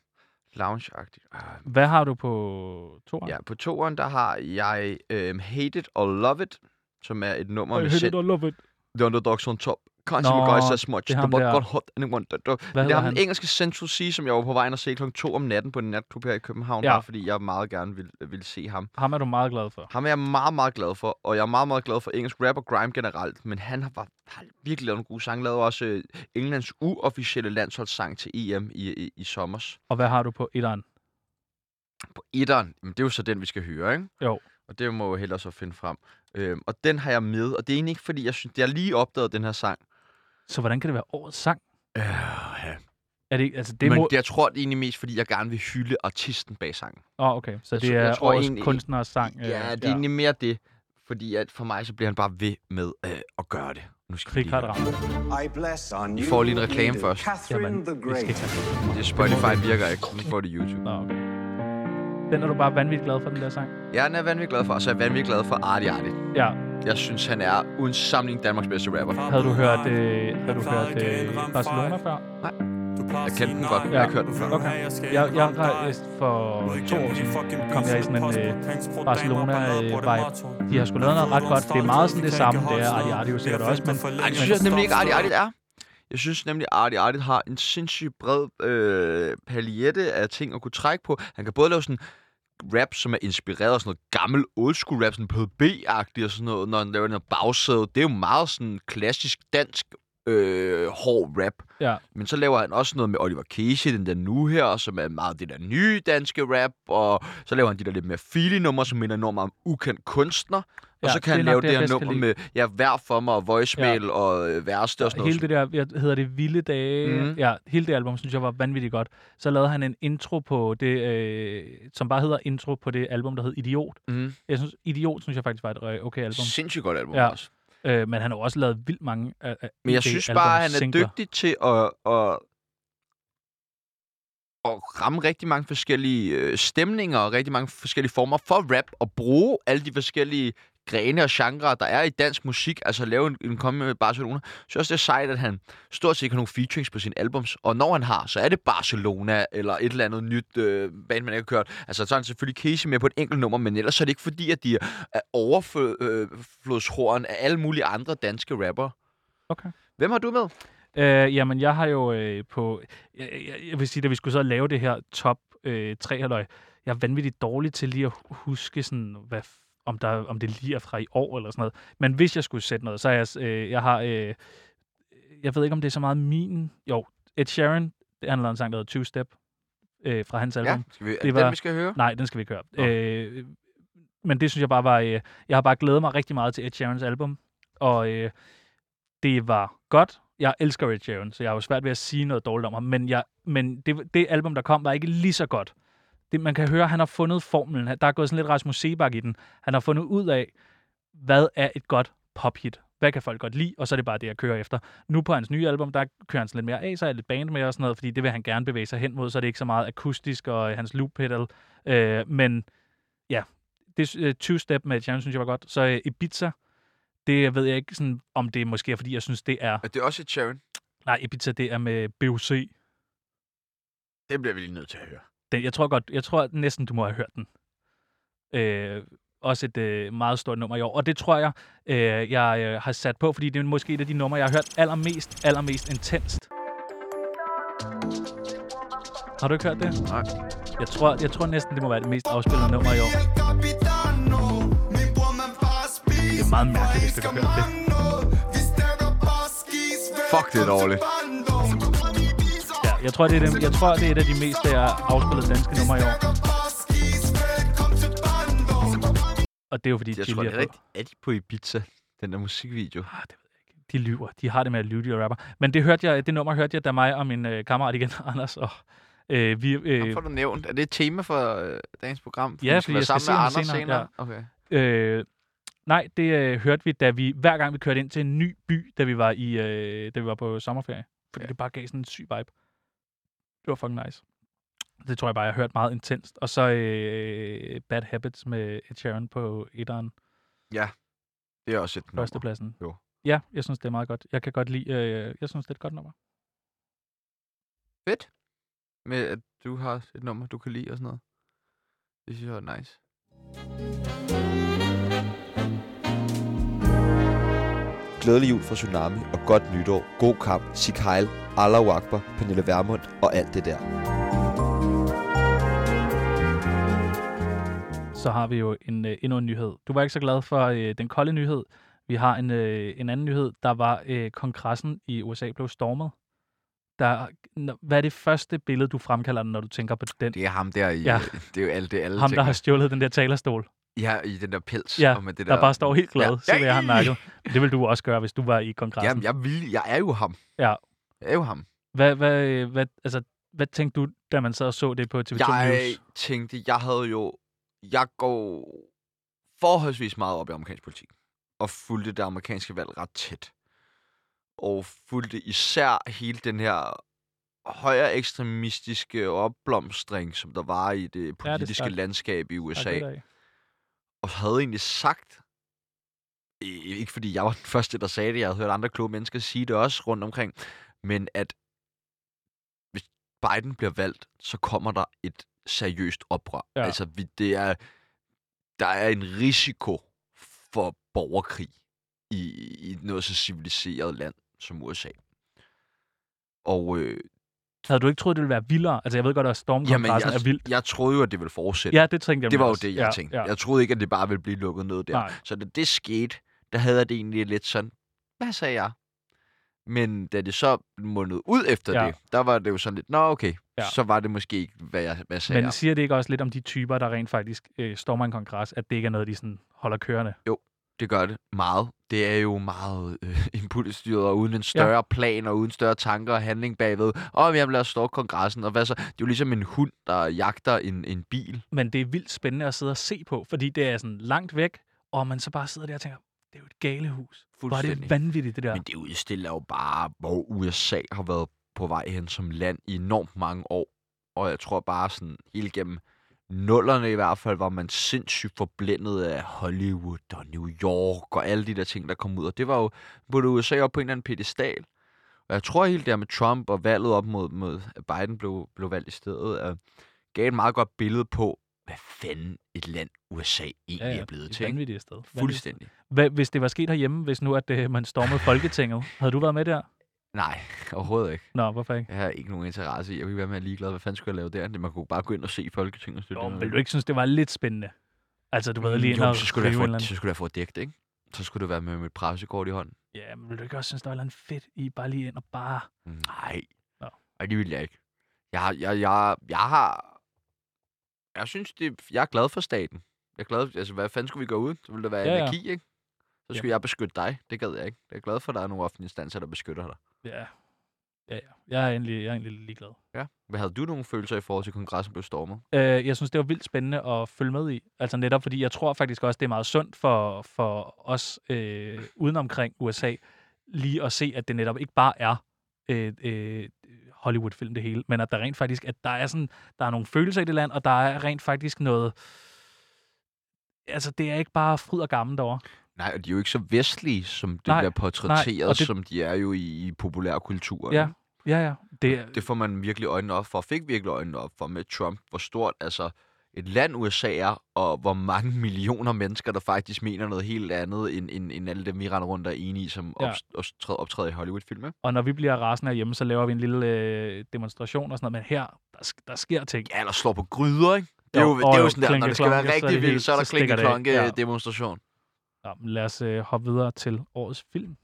Speaker 4: lounge-agtigt. Ah,
Speaker 3: Hvad har du på to?
Speaker 4: Ja, på toeren, der har jeg øhm, Hate It og Love It, som er et nummer med
Speaker 3: hate it
Speaker 4: sæt.
Speaker 3: or love it.
Speaker 4: The Underdogs on Top. Can't see
Speaker 3: Nå,
Speaker 4: me guys as much.
Speaker 3: det er
Speaker 4: The
Speaker 3: ham
Speaker 4: butt
Speaker 3: der.
Speaker 4: got hot anyone. Det
Speaker 3: Hvad
Speaker 4: er
Speaker 3: hedder
Speaker 4: ham
Speaker 3: han?
Speaker 4: den engelske Central Sea, som jeg var på vej ind og se kl. 2 om natten på en natklub her i København,
Speaker 3: Ja.
Speaker 4: ja. bare fordi jeg meget gerne ville, ville se ham.
Speaker 3: Ham er du meget glad for.
Speaker 4: Ham er jeg meget, meget glad for, og jeg er meget, meget glad for engelsk rap og grime generelt, men han har, bare, har virkelig lavet nogle gode sange. Lavede også øh, Englands uofficielle landsholdssang til EM i, i, i sommers.
Speaker 3: Og hvad har du på etteren?
Speaker 4: på etteren, jamen det er jo så den, vi skal høre, ikke?
Speaker 3: Jo.
Speaker 4: Og det må jeg hellere så finde frem. Øhm, og den har jeg med, og det er egentlig ikke, fordi jeg synes, jeg lige opdaget den her sang.
Speaker 3: Så hvordan kan det være årets sang?
Speaker 4: Øh, ja.
Speaker 3: Er det, ikke- altså det
Speaker 4: Det Men
Speaker 3: må...
Speaker 4: det, jeg tror det er egentlig mest, fordi jeg gerne vil hylde artisten bag sangen.
Speaker 3: Åh, oh, okay. Så
Speaker 4: Jeg
Speaker 3: det
Speaker 4: tror- jeg
Speaker 3: er
Speaker 4: tror
Speaker 3: årets
Speaker 4: egentlig-
Speaker 3: kunstners sang. øh,
Speaker 4: Ja, det er ja. egentlig mere det. Fordi at for mig, så bliver han bare ved med øh, at gøre det. Nu skal vi
Speaker 3: Krig
Speaker 4: lige
Speaker 3: har
Speaker 4: høre.
Speaker 3: et ramt.
Speaker 5: I bless our
Speaker 4: Vi
Speaker 5: new
Speaker 4: får lige en reklame
Speaker 5: leader,
Speaker 4: først.
Speaker 5: Catherine
Speaker 3: Jamen,
Speaker 5: the
Speaker 3: vi skal
Speaker 5: Great.
Speaker 4: Det er Spotify virker ikke. Nu får det YouTube.
Speaker 3: Nå, okay. Den er du bare vanvittigt glad for, den der sang.
Speaker 4: Jeg er vanvittig glad for, og så er jeg vanvittig glad for Artie Artie.
Speaker 3: Ja.
Speaker 4: Jeg synes, han er uden sammenligning Danmarks bedste rapper.
Speaker 3: Havde du hørt, øh, havde du hørt øh, Barcelona før?
Speaker 4: Jeg kendte den godt, men
Speaker 3: Ja.
Speaker 4: jeg har ikke hørt den før.
Speaker 3: Okay. Jeg, jeg rejste for to år siden.
Speaker 6: kom jeg i sådan en øh, Barcelona-vibe.
Speaker 3: De har sgu lavet noget ret godt. Det er meget sådan det samme, det er Arti Arti jo sikkert også, men...
Speaker 4: Ej, det synes jeg nemlig ikke, Arti Arti er. Jeg synes nemlig, at Arti Arti har en sindssygt bred øh, paljette af ting at kunne trække på. Han kan både lave sådan rap, som er inspireret af sådan noget gammel old school rap, sådan PB-agtigt og sådan noget, når han laver noget bagsæde. Det er jo meget sådan klassisk dansk øh, hård rap.
Speaker 3: Ja.
Speaker 4: Men så laver han også noget med Oliver Casey, den der nu her, som er meget det der nye danske rap, og så laver han de der lidt mere fili numre, som minder enormt om ukendt kunstner. Og
Speaker 3: Ja,
Speaker 4: så kan
Speaker 3: det er
Speaker 4: han
Speaker 3: nok
Speaker 4: lave
Speaker 3: det,
Speaker 4: det,
Speaker 3: jeg
Speaker 4: her
Speaker 3: bedst kan
Speaker 4: nummer
Speaker 3: lide.
Speaker 4: med Øh, ja, hver for mig og voicemail ja. og øh, værste og sådan
Speaker 3: Hele
Speaker 4: noget.
Speaker 3: det der, jeg hedder det Vilde Dage,
Speaker 4: Mhm.
Speaker 3: mm. ja, hele det album, synes jeg var vanvittigt godt. Så lavede han en intro på det, øh, som bare hedder intro på det album, der hed Idiot.
Speaker 4: Mhm.
Speaker 3: Jeg synes, Idiot synes jeg faktisk var et øh, okay album.
Speaker 4: Sindssygt godt album
Speaker 3: Ja.
Speaker 4: ja. også.
Speaker 3: Øh, men han har jo også lavet vildt mange af, af
Speaker 4: Men jeg
Speaker 3: det
Speaker 4: synes
Speaker 3: albums
Speaker 4: bare, at han er
Speaker 3: singler.
Speaker 4: dygtig til at, at, at ramme rigtig mange forskellige øh, stemninger og rigtig mange forskellige former for rap og bruge alle de forskellige grene og genrer, der er i dansk musik, altså lave en, en komme med Barcelona, så også det er sejt, at han stort set ikke har nogen featurings på sine albums, og når han har, så er det Barcelona eller et eller andet nyt øh, band, man ikke har hørt. Altså, så er han selvfølgelig Casey med på et enkelt nummer, men ellers så er det ikke fordi, at de er overflodshorn af alle mulige andre danske rapper.
Speaker 3: Okay.
Speaker 4: Hvem har du med?
Speaker 3: Øh, jamen, jeg har jo øh, på... Jeg, jeg, jeg vil sige, da vi skulle så lave det her top øh, 3 halløj, jeg er vanvittigt dårlig til lige at hu- huske, sådan, hvad, f- om, der, om det lige er fra i år eller sådan noget. Men hvis jeg skulle sætte noget, så er jeg... s- Øh, jeg har... Øh, jeg ved ikke, om det er så meget min... Jo, Ed Sheeran, det handler om en sang, der hedder Two Step, øh, fra hans album.
Speaker 4: Ja, skal vi, er
Speaker 3: Det
Speaker 4: det
Speaker 3: var-
Speaker 4: den, vi skal høre?
Speaker 3: Nej, den skal vi ikke høre.
Speaker 4: Nå.
Speaker 3: Øh, men det synes jeg bare var... Øh, jeg har bare glædet mig rigtig meget til Ed Sheerans album. Og øh, det var godt. Jeg elsker Ed Sheeran, så jeg har jo svært ved at sige noget dårligt om ham. Men, jeg, men det, det album, der kom, var ikke lige så godt. Det, man kan høre, at han har fundet formlen. Han- Der er gået sådan lidt Rasmus Sebak i den. Han har fundet ud af, hvad er et godt pophit? Hvad kan folk godt lide? Og så er det bare det, jeg kører efter. Nu på hans nye album, der kører han sådan lidt mere af, så er lidt band med og sådan noget, fordi det vil han gerne bevæge sig hen mod, så er det ikke så meget akustisk og øh, hans loop pedal. Øh, men ja, det øh, 20 Step med Jan, synes jeg var godt. Så øh, Ibiza, det ved jeg ikke, sådan, om det måske er, fordi jeg synes, det er...
Speaker 4: Er det også et Sharon?
Speaker 3: Nej, Ibiza, det er med BOC.
Speaker 4: Det bliver vi lige nødt til at høre.
Speaker 3: Den, jeg tror godt, jeg tror næsten, du må have hørt den. Øh, også et øh, meget stort nummer i år. Og det tror jeg, øh, jeg øh, har sat på, fordi det er måske et af de numre, jeg har hørt allermest, allermest intenst. Har du ikke hørt det?
Speaker 4: Nej.
Speaker 3: Jeg tror, jeg tror næsten, det må være det mest afspillede nummer i år.
Speaker 7: Det er meget mærkeligt, hvis du kan høre det.
Speaker 4: Fuck, det er dårligt.
Speaker 3: Ja, jeg tror, det er, det, jeg tror, det er et af de mest der afspillede danske numre i år. Og det er jo fordi,
Speaker 4: Jeg
Speaker 3: Chili
Speaker 4: tror, det
Speaker 3: er
Speaker 4: er
Speaker 3: på.
Speaker 4: rigtigt. Er de på Ibiza? Den der musikvideo.
Speaker 3: de lyver. De har det med at lyve, de rapper. Men det, hørte jeg, det nummer hørte jeg, da mig og min øh, kammerat igen, [LAUGHS] Anders, og øh, vi,
Speaker 4: Ham
Speaker 3: øh,
Speaker 4: får du nævnt. Er det et tema for øh, dagens program?
Speaker 3: Ja,
Speaker 4: vi
Speaker 3: fordi
Speaker 4: være
Speaker 3: jeg skal se ham senere,
Speaker 4: Okay.
Speaker 3: øh, nej, det øh, hørte vi, da vi, hver gang vi kørte ind til en ny by, da vi var, i, øh, da vi var på sommerferie. Fordi
Speaker 4: Ja.
Speaker 3: ja. det bare gav sådan en syg vibe. Det var fucking nice. Det tror jeg bare, jeg har hørt meget intenst. Og så øh, Bad Habits med Ed Sheeran på etteren,
Speaker 4: Det er også et nummer.
Speaker 3: førstepladsen.
Speaker 4: Jo.
Speaker 3: Ja, jeg synes, det er meget godt. Jeg kan godt lide, øh, jeg synes, det er et godt nummer.
Speaker 4: Fedt. Med at du har et nummer, du kan lide og sådan noget. Det synes jeg er nice.
Speaker 2: Glædelig jul fra Tsunami og godt nytår. God kamp. Sig hejl. Allahu Akbar. Pernille Vermund og alt det der.
Speaker 3: så har vi jo en, øh, endnu en nyhed. Du var ikke så glad for øh, den kolde nyhed. Vi har en, øh, en anden nyhed, der var øh, kongressen i USA blev stormet. Der, n- hvad er det første billede, du fremkalder, når du tænker på den?
Speaker 4: Det er ham der i...
Speaker 3: Ja.
Speaker 4: øh, [LAUGHS] Det er jo alt det, alle
Speaker 3: Ham, der
Speaker 4: tænker.
Speaker 3: har stjålet den der talerstol,
Speaker 4: Ja, i den der pels.
Speaker 3: Ja,
Speaker 4: og med det
Speaker 3: der bare står helt glad,
Speaker 4: Ja.
Speaker 3: ja. så vil jeg have
Speaker 4: Ej!
Speaker 3: nakket. Det vil du også gøre, hvis du var i kongressen.
Speaker 4: Jamen, jeg, vil, jeg er jo ham.
Speaker 3: Ja.
Speaker 4: Jeg er jo ham.
Speaker 3: Hvad, hvad, øh, hvad, altså, hvad tænkte du, da man sad og så det på TV2
Speaker 4: Jeg
Speaker 3: News?
Speaker 4: tænkte, jeg havde jo... Jeg går forholdsvis meget op i amerikansk politik. Og fulgte det amerikanske valg ret tæt. Og fulgte især hele den her højere ekstremistiske opblomstring, som der var i det
Speaker 3: er
Speaker 4: politiske
Speaker 3: stærkt.
Speaker 4: landskab i
Speaker 3: Ja, det
Speaker 4: USA.
Speaker 3: er der ikke.
Speaker 4: og havde egentlig sagt, i- ikke fordi jeg var den første, der sagde det, jeg havde hørt andre kloge mennesker sige det også rundt omkring, men at hvis Biden bliver valgt, så kommer der et seriøst oprør. Ja.
Speaker 3: Ja.
Speaker 4: Altså, vi, det er, der er en risiko for borgerkrig i, i noget så civiliseret land som USA. Og øh,
Speaker 3: Havde du ikke troet, det ville være vildere? Altså, jeg ved godt, at
Speaker 4: jamen,
Speaker 3: stormkongressen
Speaker 4: jeg,
Speaker 3: er vildt.
Speaker 4: jeg troede jo, at det ville fortsætte.
Speaker 3: Ja, det tænkte jeg
Speaker 4: Det var jo
Speaker 3: også.
Speaker 4: det, jeg
Speaker 3: ja,
Speaker 4: tænkte.
Speaker 3: Ja.
Speaker 4: Jeg troede ikke, at det bare ville blive lukket ned der.
Speaker 3: Nej.
Speaker 4: Så da det skete, der havde jeg det egentlig lidt sådan, hvad sagde jeg? Men da det så mundede ud efter ja.
Speaker 3: Ja.
Speaker 4: det, der var det jo sådan lidt, nå okay, ja.
Speaker 3: Ja.
Speaker 4: så var det måske ikke, hvad jeg hvad sagde.
Speaker 3: Men
Speaker 4: jeg?
Speaker 3: siger det ikke også lidt om de typer, der rent faktisk øh, stormer en kongres, at det ikke er noget, de sådan holder kørende?
Speaker 4: Det gør det meget. Det er jo meget øh, [LAUGHS] impulsstyret og uden en større ja. plan og uden større tanker og handling bagved. Og jamen lad os stoppe kongressen, og hvad så? Det er jo ligesom en hund, der jagter en, en bil.
Speaker 3: Men det er vildt spændende at sidde og se på, fordi det er sådan langt væk, og man så bare sidder der og tænker, det er jo et galehus. Hvor er
Speaker 4: Fuldstændig.
Speaker 3: det vanvittigt, det der.
Speaker 4: Men det udstiller jo bare, hvor USA har været på vej hen som land i enormt mange år. Og jeg tror bare sådan helt gennem nullerne i hvert fald, var man sindssygt forblændet af Hollywood og New York og alle de der ting, der kom ud. Og det var jo, både USA op på en eller anden pedestal. Og jeg tror helt der med Trump og valget op mod, mod at Biden blev, blev valgt i stedet, øh, gav et meget godt billede på, hvad fanden et land USA egentlig ja, ja, er blevet
Speaker 3: et
Speaker 4: til. ikke?
Speaker 3: vanvittigt sted. Vanvittigt.
Speaker 4: Fuldstændig.
Speaker 3: Hvad, hvis det var sket herhjemme, hvis nu at øh, man stormede Folketinget, [LAUGHS] havde du været med der?
Speaker 4: Nej, overhovedet ikke.
Speaker 3: Nå, hvorfor ikke?
Speaker 4: Jeg har ikke nogen interesse i, jeg vil være med ligeglad, hvad fanden skulle jeg lave der? Man kunne bare gå ind og se Folketinget.
Speaker 3: Jo, men ville du ikke synes, det var lidt spændende? Altså, du ved lige ind
Speaker 4: Mm, jo,
Speaker 3: og
Speaker 4: så skulle, jeg
Speaker 3: rive
Speaker 4: få,
Speaker 3: en eller
Speaker 4: så
Speaker 3: anden-
Speaker 4: skulle jeg få et digt, ikke? Så skulle det være med mit pressekort i hånden.
Speaker 3: Ja, men ville du ikke også synes, der var et eller andet fedt i bare lige ind og bare...
Speaker 4: Nej.
Speaker 3: Nå.
Speaker 4: Nej, det ville jeg ikke. Jeg har, jeg, jeg, jeg har, jeg synes, det, jeg er glad for staten. Jeg er glad, altså hvad fanden skulle vi gå ud? Så ville der være
Speaker 3: Ja, ja.
Speaker 4: energi, ikke? Så skulle ja. jeg beskytte dig. Det gad jeg ikke. Jeg er glad for, at der er nogle offentlige instanser, der beskytter dig.
Speaker 3: Ja. Ja, ja. Jeg er egentlig, jeg er egentlig ligeglad.
Speaker 4: Ja. Hvad havde du nogle følelser i forhold til, at kongressen blev stormet?
Speaker 3: Øh, jeg synes, det var vildt spændende at følge med i. Altså netop fordi, jeg tror faktisk også, det er meget sundt for, for os øh, udenomkring USA, lige at se, at det netop ikke bare er øh, øh, Hollywood-film det hele, men at der rent faktisk, at der er sådan, der er nogle følelser i det land, og der er rent faktisk noget, altså det er ikke bare fryd og gammel derovre.
Speaker 4: Nej, og de er jo ikke så vestlige, som det
Speaker 3: Nej,
Speaker 4: nej, bliver portrætteret,
Speaker 3: og
Speaker 4: nej,
Speaker 3: det-
Speaker 4: det... som de er jo i, i populærkulturen.
Speaker 3: Ja, ja, ja. Det, er-
Speaker 4: Det får man virkelig øjnene op for, fik virkelig øjnene op for med Trump, hvor stort altså et land USA er, og hvor mange [LAUGHS] millioner mennesker, der faktisk mener noget helt andet, end, end, end alle dem, vi render rundt og er enige i, som
Speaker 3: Ja.
Speaker 4: ja. optræder, optræder i Hollywood-film. ikke?
Speaker 3: og når vi bliver rasende herhjemme, så laver vi en lille øh, demonstration og sådan noget, men her, der, sk- der sker ting.
Speaker 4: Ja, eller slår på gryder, ikke? Det er
Speaker 3: Jo,
Speaker 4: jo, det
Speaker 3: og
Speaker 4: er
Speaker 3: jo,
Speaker 4: jo sådan der, når det skal være
Speaker 3: klinke-klonke, så er det
Speaker 4: rigtig vildt,
Speaker 3: helt-
Speaker 4: så er der øh,
Speaker 3: så stikker det af. Ja.
Speaker 4: klinke-klonke-demonstration.
Speaker 3: Nå, men lad os øh, hoppe videre til årets film.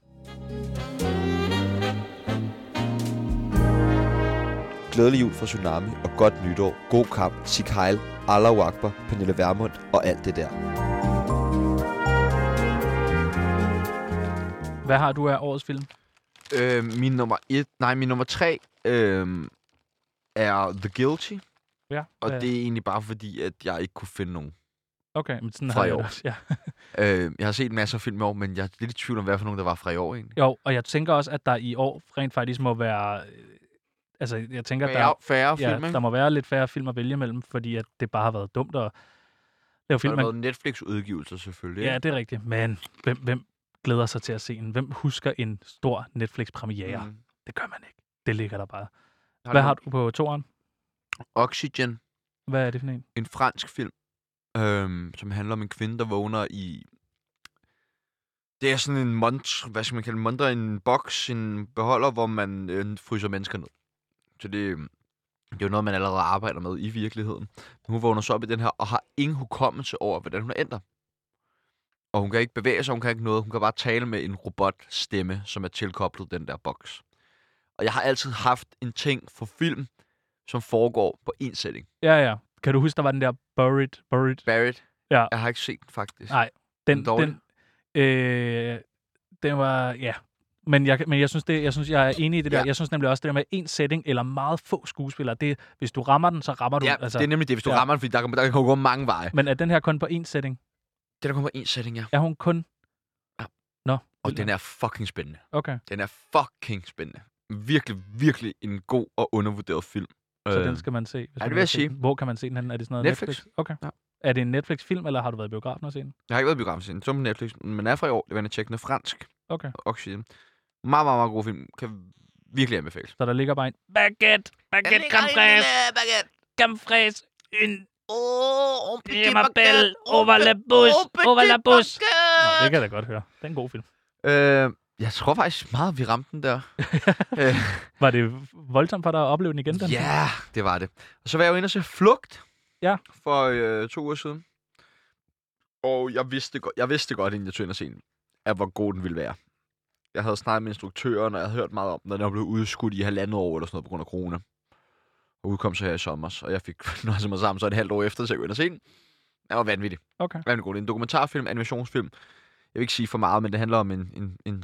Speaker 2: Glædelig jul fra Tsunami og godt nytår. God kamp, Sig Heil, Allahu Akbar, Pernille Vermund og alt det der.
Speaker 3: Hvad har du af årets film?
Speaker 4: Øh, min nummer et, nej, min nummer tre øh, er The Guilty,
Speaker 3: Ja,
Speaker 4: og
Speaker 3: hvad-
Speaker 4: det er egentlig bare fordi, at jeg ikke kunne finde nogen.
Speaker 3: Okay, men sådan
Speaker 4: Fra
Speaker 3: har
Speaker 4: i
Speaker 3: jeg det
Speaker 4: år.
Speaker 3: også. Ja.
Speaker 4: Øh, jeg har set masser af film i år, men jeg er lidt i tvivl om, hvad for nogen, der var fra i år egentlig.
Speaker 3: Jo, og jeg tænker også, at der i år rent faktisk må være... øh, Altså, jeg tænker, at
Speaker 4: Færre,
Speaker 3: der,
Speaker 4: færre ja, film,
Speaker 3: ja,
Speaker 4: ikke?
Speaker 3: der må være lidt færre film at vælge mellem, fordi at det bare har været dumt at lave
Speaker 4: Der
Speaker 3: film.
Speaker 4: har
Speaker 3: Man,
Speaker 4: været Netflix-udgivelser selvfølgelig.
Speaker 3: ja,
Speaker 4: ikke?
Speaker 3: det er rigtigt. Men hvem, hvem glæder sig til at se en? Hvem husker en stor Netflix-premiere? Mm.
Speaker 4: Mhm.
Speaker 3: Det gør man ikke. Det ligger der bare.
Speaker 4: Har
Speaker 3: Hvad
Speaker 4: du-
Speaker 3: har du på toeren?
Speaker 4: Oxygen,
Speaker 3: Hvad er det for en?
Speaker 4: en fransk film, øhm, som handler om en kvinde, der vågner i... Det er sådan en mont, hvad skal man kalde det? montre, en boks, en beholder, hvor man øh, fryser mennesker ned. Så det, øhm, det er jo noget, man allerede arbejder med i virkeligheden. Men hun vågner så op i den her, og har ingen hukommelse over, hvordan hun ændrer. Og hun kan ikke bevæge sig, hun kan ikke noget. Hun kan bare tale med en robotstemme, som er tilkoblet den der boks. Og jeg har altid haft en ting for film, som foregår på en sætning.
Speaker 3: Ja, ja. Kan du huske, der var den der Buried? Buried?
Speaker 4: Barrett.
Speaker 3: Ja.
Speaker 4: Jeg har ikke set den, faktisk.
Speaker 3: Nej, Den,
Speaker 4: Den dårlige?
Speaker 3: den, øh, den var, ja. Men jeg, men jeg synes, det, jeg synes, jeg er enig i det der.
Speaker 4: Ja.
Speaker 3: Jeg synes nemlig også, det der med en setting eller meget få skuespillere, det, hvis du rammer den, så rammer du
Speaker 4: ja,
Speaker 3: den. Altså.
Speaker 4: det er nemlig det, hvis du
Speaker 3: ja.
Speaker 4: ja. rammer den, fordi der, kan- der kan gå mange veje.
Speaker 3: Men er den her kun på en setting?
Speaker 4: Det der kommer en sætning, ja.
Speaker 3: Er hun kun...
Speaker 4: Ja.
Speaker 3: Nå.
Speaker 4: Og den er fucking spændende.
Speaker 3: Okay,
Speaker 4: Den er fucking spændende. Virkelig, virkelig en god og undervurderet film.
Speaker 3: så øh, den skal man se. Hvis
Speaker 4: ja,
Speaker 3: man
Speaker 4: det vil
Speaker 3: vil
Speaker 4: jeg
Speaker 3: se
Speaker 4: sige.
Speaker 3: den. Hvor kan man se den? henne? Er det sådan noget Netflix?
Speaker 4: Netflix.
Speaker 3: Netflix? Okay.
Speaker 4: Ja.
Speaker 3: Er det en Netflix-film, eller har du været i biografen og set den?
Speaker 4: Jeg har ikke været i biografen siden. Så er den på Netflix. Men den er fra i år. Det var en tjekke. Den er fransk.
Speaker 3: Okay.
Speaker 4: Oxygen. Meget, meget, meget god film. Kan virkelig anbefales.
Speaker 3: Så der ligger bare en... Baguette! Baguette creme fraise! Creme fraise! En... Oh, Jamabel! Over la bus! Over la bus! Nå, det kan jeg da godt høre. Det er en god film.
Speaker 4: Øh, jeg tror faktisk meget, vi ramte
Speaker 3: [LAUGHS]
Speaker 4: den der. øh,
Speaker 3: Var det voldsomt for dig at opleve den igen? Den?
Speaker 4: Ja, det var det. Og så var jeg jo inde og se Flugt
Speaker 3: Ja.
Speaker 4: for øh, to uger siden. Og jeg vidste, godt, jeg vidste godt, inden jeg tog ind og se den, at hvor god den ville være. Jeg havde snakket med instruktøren, og jeg havde hørt meget om den, og den var blevet udskudt i halvandet år eller sådan noget på grund af corona. Og udkom så her i sommer, og jeg fik [LAUGHS] noget som mig sammen, så et halvt år efter, så jeg kunne ind og se den. Den var vanvittig.
Speaker 3: Okay.
Speaker 4: Vanvittig god. Det er en dokumentarfilm, animationsfilm. Jeg vil ikke sige for meget, men det handler om en, en, en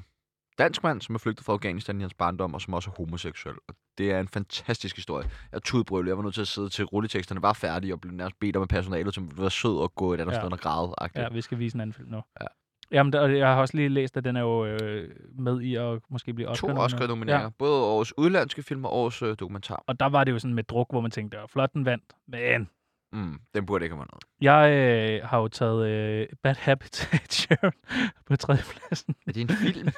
Speaker 4: dansk mand, som er flygtet fra Afghanistan i hans barndom, og som også er homoseksuel. Og det er en fantastisk historie. Jeg tudbrøl, jeg var nødt til at sidde til rulleteksterne var færdige, og blev nærmest bedt om af personalet, som ville være sød og gå et andet
Speaker 3: Ja.
Speaker 4: ja. sted og græde.
Speaker 3: Ja,
Speaker 4: Ja.
Speaker 3: vi skal vise en anden film nu.
Speaker 4: Ja.
Speaker 3: Jamen, der, jeg har også lige læst, at den er jo øh, med i at måske blive
Speaker 4: To
Speaker 3: Oscar.
Speaker 4: Oscar-nomineringer. Ja. Både årets udlandske film og årets øh, dokumentar.
Speaker 3: Og der var det jo sådan med druk, hvor man tænkte, at flot den vandt. Men
Speaker 4: Mm, den burde ikke have været noget.
Speaker 3: jeg øh, har jo taget øh, Bad Habit Sharon [LAUGHS] på tredjepladsen. [LAUGHS]
Speaker 4: Er det en [LAUGHS] film?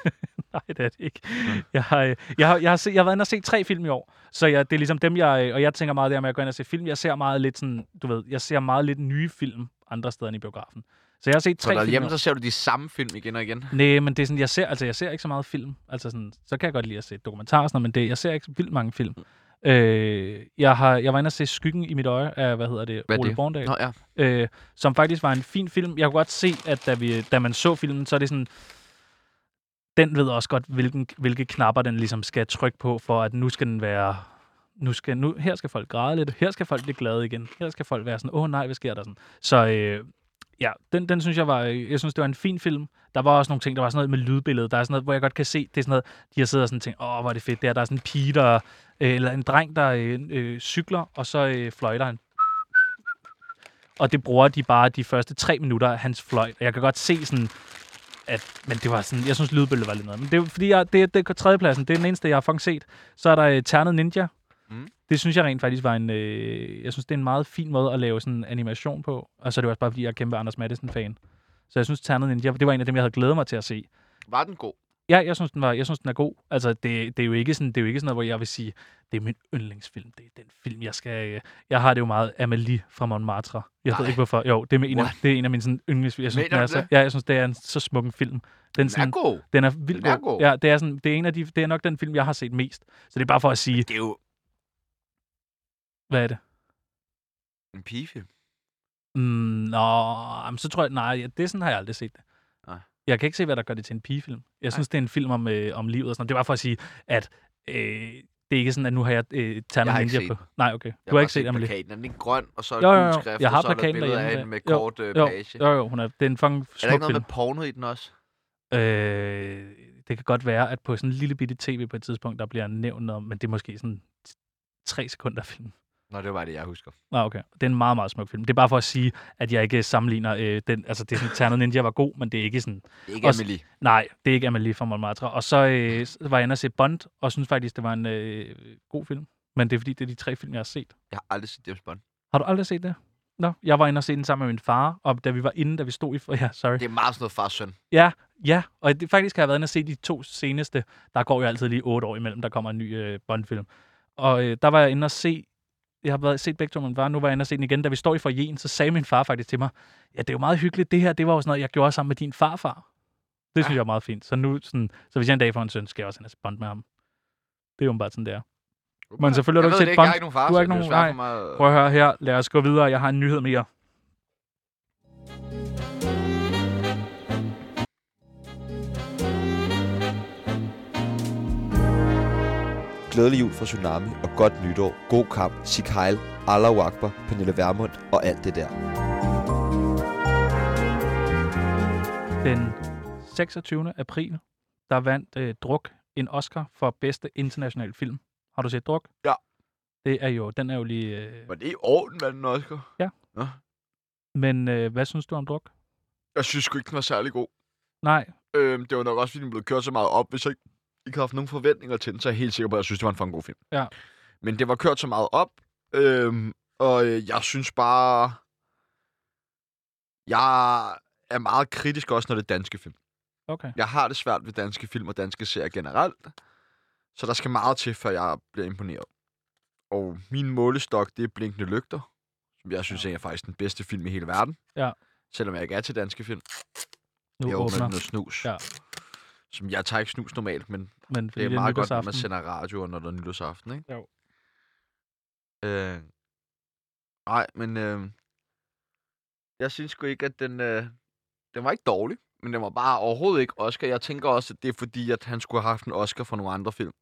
Speaker 3: Nej, det er det ikke.
Speaker 4: Mm.
Speaker 3: Jeg har, øh, jeg har, jeg har, set, jeg har været inde og set tre film i år, så jeg, det er ligesom dem, jeg... øh, Og jeg tænker meget der med at gå ind og se film. Jeg ser meget lidt sådan, du ved, jeg ser meget lidt nye film andre steder end i biografen. Så jeg har set
Speaker 4: så
Speaker 3: tre film i år.
Speaker 4: derhjemme, så ser du de samme film igen og igen.
Speaker 3: Nej, men det er sådan, jeg ser, altså, jeg ser ikke så meget film. Altså sådan, så kan jeg godt lide at se dokumentarer, og sådan, noget, men det, jeg ser ikke så vildt mange film. Øh, jeg, har, jeg var inde og se Skyggen i mit øje af, hvad hedder det,
Speaker 4: Hvad er
Speaker 3: Ole
Speaker 4: det?
Speaker 3: Borndal,
Speaker 4: Nå ja.
Speaker 3: øh, som faktisk var en fin film. Jeg kunne godt se, at da, vi, da man så filmen, så er det sådan, den ved også godt, hvilken, hvilke knapper den ligesom skal trykke på, for at nu skal den være nu skal, nu, her skal folk græde lidt, her skal folk blive glade igen, her skal folk være sådan, åh oh, nej, hvad sker der sådan? Så øh, Ja, den, den synes jeg var, øh, jeg synes, det var en fin film. Der var også nogle ting, der var sådan noget med lydbilledet. Der er sådan noget, hvor jeg godt kan se, det er sådan noget, de har siddet og sådan tænkt, åh, hvor er det fedt der. Der er sådan en pige, der, øh, eller en dreng, der øh, øh, cykler, og så øh, fløjter han. Og det bruger de bare de første tre minutter af hans fløjt. Og jeg kan godt se sådan, at, men det var sådan, jeg synes, lydbilledet var lidt noget. Men det er fordi, jeg, det, det er tredjepladsen. Det er den eneste, jeg har fucking set. Så er der øh, Ternet Ninja.
Speaker 8: Mm.
Speaker 3: Det synes jeg rent faktisk var en, øh, jeg synes, det er en meget fin måde at lave sådan en animation på. Og så er det jo også bare, fordi jeg er kæmpe Anders Madsen-fan. Så jeg synes, Ternet Ninja, det var en af dem, jeg havde glædet mig til at se.
Speaker 4: Var den god?
Speaker 3: Ja, jeg synes, den var, jeg synes, den er god. Altså, det, det, er jo ikke sådan, det er jo ikke sådan noget, hvor jeg vil sige, det er min yndlingsfilm. Det er den film, jeg skal... øh, Jeg har det jo meget Amélie fra Montmartre. Jeg ved
Speaker 4: Nej.
Speaker 3: ikke, hvorfor. Jo, det er, min- en af,
Speaker 4: What?
Speaker 3: det er en af mine sådan, yndlingsfilm. Jeg synes,
Speaker 4: Mener
Speaker 3: den er
Speaker 4: du
Speaker 3: så,
Speaker 4: det?
Speaker 3: ja, jeg synes, det er en så smuk en film. Den,
Speaker 4: Den er
Speaker 3: sådan,
Speaker 4: god.
Speaker 3: den er vildt
Speaker 4: Den er
Speaker 3: god.
Speaker 4: god.
Speaker 3: Ja, det er, sådan, det, er en af de, det er nok den film, jeg har set mest. Så det er bare for at sige,
Speaker 4: Det er jo
Speaker 3: hvad er det?
Speaker 4: en pigefilm.
Speaker 3: Mm, nå, jamen, så tror jeg, nej, ja, det er sådan har jeg aldrig set det.
Speaker 4: Nej.
Speaker 3: Jeg kan ikke se, hvad der gør det til en pigefilm. Jeg synes, det er en film om, øh, om livet og sådan noget. Det var for at sige, at øh, det er ikke sådan, at nu har jeg øh,
Speaker 4: Jeg
Speaker 3: Ternet
Speaker 4: har ikke
Speaker 3: Ninja
Speaker 4: set
Speaker 3: på.
Speaker 4: den.
Speaker 3: Nej, okay.
Speaker 4: Jeg
Speaker 3: Du har ikke set Amelie.
Speaker 4: plakaten. Er den ikke grøn, og så er
Speaker 3: Jo, jo,
Speaker 4: der
Speaker 3: jo.
Speaker 4: udskrift,
Speaker 3: Jeg
Speaker 4: og
Speaker 3: har
Speaker 4: så er der
Speaker 3: plakaten
Speaker 4: billeder af
Speaker 3: derhjemme.
Speaker 4: hende med
Speaker 3: Jo,
Speaker 4: kort øh,
Speaker 3: Jo,
Speaker 4: page. Er
Speaker 3: jo, jo, hun er, det er en fucking
Speaker 4: der ikke
Speaker 3: smuk
Speaker 4: noget
Speaker 3: film.
Speaker 4: med porno i den også?
Speaker 3: Øh, det kan godt være, at på sådan en lille bitte tv på et tidspunkt, der bliver nævnt noget, om- men det er måske sådan t- tre sekunder af filmen.
Speaker 4: Nå, det var det, jeg husker.
Speaker 3: Nå, okay. Det er en meget, meget smuk film. Det er bare for at sige, at jeg ikke sammenligner øh, den. Altså, det er sådan, Ternet Ninja var god, men det er ikke sådan
Speaker 4: Det er ikke
Speaker 3: Også-
Speaker 4: Amelie.
Speaker 3: Nej, det er ikke Amelie fra Montmartre. Og så øh, s- var jeg inde og se Bond, og synes faktisk, det var en øh, god film. Men det er fordi, det er de tre film, jeg har set.
Speaker 4: Jeg har aldrig set James Bond.
Speaker 3: Har du aldrig set det? Nå, jeg var inde og se den sammen med min far, og da vi var inde, da vi stod i... [LAUGHS] For, ja, sorry.
Speaker 4: Det er meget sådan noget far søn.
Speaker 3: Ja, ja, og det, faktisk har jeg været inde og se de to seneste. Der går jo altid lige otte år imellem, der kommer en ny øh, Bond-film. Og øh, der var jeg inde og se... Jeg har været, set begge to, men var, nu var jeg inde og se den igen. Da vi står i forjen, så sagde min far faktisk til mig, ja, det er jo meget hyggeligt, det her, det var jo sådan noget, jeg gjorde sammen med din farfar. Det synes jeg er meget fint. Så, nu, sådan, så hvis jeg en dag får en søn, skal jeg også ind og se Bond med ham. Det er jo bare sådan, det er. Men selvfølgelig har
Speaker 4: Jeg
Speaker 3: du
Speaker 4: ved
Speaker 3: ikke
Speaker 4: det ikke,
Speaker 3: set
Speaker 4: jeg har ikke
Speaker 3: Bond.
Speaker 4: nogen far,
Speaker 3: Du har
Speaker 4: så
Speaker 3: ikke
Speaker 4: det er jo
Speaker 3: nogen-
Speaker 4: svært for mig at-
Speaker 3: Prøv at høre her. Lad os gå videre. Jeg har en nyhed mere.
Speaker 2: Glædelig jul fra Tsunami og godt nytår. God kamp, Sig Heil, Allahu Akbar, Pernille Vermund og alt det der.
Speaker 3: Den 26. april, der vandt øh, Druk en Oscar for bedste internationale film. Har du set Druk?
Speaker 4: Ja.
Speaker 3: Det er jo, den er jo lige... Øh,
Speaker 4: Var det i orden, hvad den Oscar?
Speaker 3: men øh, hvad synes du om Druk?
Speaker 4: Jeg synes sgu ikke, den var særlig god.
Speaker 3: Nej,
Speaker 4: Øhm, det var nok også, fordi den blev kørt så meget op. Hvis jeg ikke, ikke havde haft nogen forventninger til den, så er jeg helt sikker på, at jeg synes, det var en fucking god film.
Speaker 3: Ja.
Speaker 4: Men det var kørt så meget op, øhm, og øh, jeg synes bare... Jeg er meget kritisk også, når det er danske film.
Speaker 3: okay.
Speaker 4: Jeg har det svært ved danske film og danske serier generelt, så der skal meget til, før jeg bliver imponeret. Og min målestok, det er Blinkende Lygter, som jeg synes er faktisk den bedste film i hele verden.
Speaker 3: Ja.
Speaker 4: Selvom jeg ikke er til danske film.
Speaker 3: Nu
Speaker 4: jeg
Speaker 3: jo, åbner
Speaker 4: åbner noget snus.
Speaker 3: Ja.
Speaker 4: Som jeg tager ikke snus normalt, men det,
Speaker 3: men fordi
Speaker 4: det er meget godt, når man
Speaker 3: nytårsaften.
Speaker 4: sender radioer, når der er nytårsaften, ikke?
Speaker 3: Jo.
Speaker 4: Øh, nej, men øh, jeg synes sgu ikke, at den, øh, den var ikke dårlig, men den var bare overhovedet ikke Oscar. Jeg tænker også, at det er fordi, at han skulle have haft en Oscar for nogle andre film.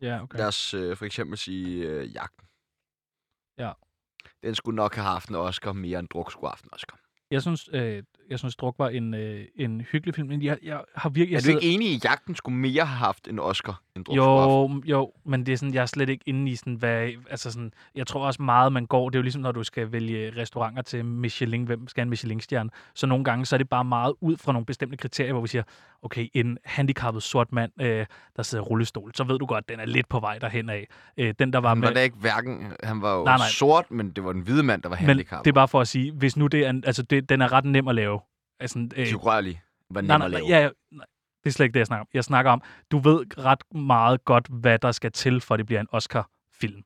Speaker 3: Ja, okay.
Speaker 4: Lad os øh, for eksempel sige øh, Jagten.
Speaker 3: Ja.
Speaker 4: Den skulle nok have haft en Oscar mere end Druk skulle have haft en Oscar.
Speaker 3: Jeg synes, øh, jeg synes Druk var en, øh, en hyggelig film, men jeg, jeg har virkelig...
Speaker 4: Jeg er
Speaker 3: Jeg
Speaker 4: du ikke enig i, at Jagten skulle mere have haft en Oscar end Druk skulle have haft?
Speaker 3: Jo, jo, men det er sådan, jeg er slet ikke inde i sådan, hvad, altså sådan, jeg tror også meget, man går, det er jo ligesom, når du skal vælge restauranter til Michelin, hvem skal have en Michelin-stjerne, så nogle gange, så er det bare meget ud fra nogle bestemte kriterier, hvor vi siger, okay, en handicappet sort mand, øh, der sidder i rullestol, så ved du godt, den er lidt på vej derhen af. Øh, den, der var
Speaker 4: Han var
Speaker 3: med,
Speaker 4: da ikke hverken... Han var jo
Speaker 3: Nej, nej.
Speaker 4: sort, men det var den hvide mand, der var
Speaker 3: men det er
Speaker 4: handicappet.
Speaker 3: bare for at sige, hvis nu det er, en- altså det, den er ret nem at lave. Altså, øh,
Speaker 4: De rørlige var
Speaker 3: Nej,
Speaker 4: nem
Speaker 3: nej,
Speaker 4: at
Speaker 3: nej,
Speaker 4: lave.
Speaker 3: ja, ja, nej. Det er slet ikke det, jeg snakker om. Jeg snakker om, du ved ret meget godt, hvad der skal til, for at det bliver en Oscar-film.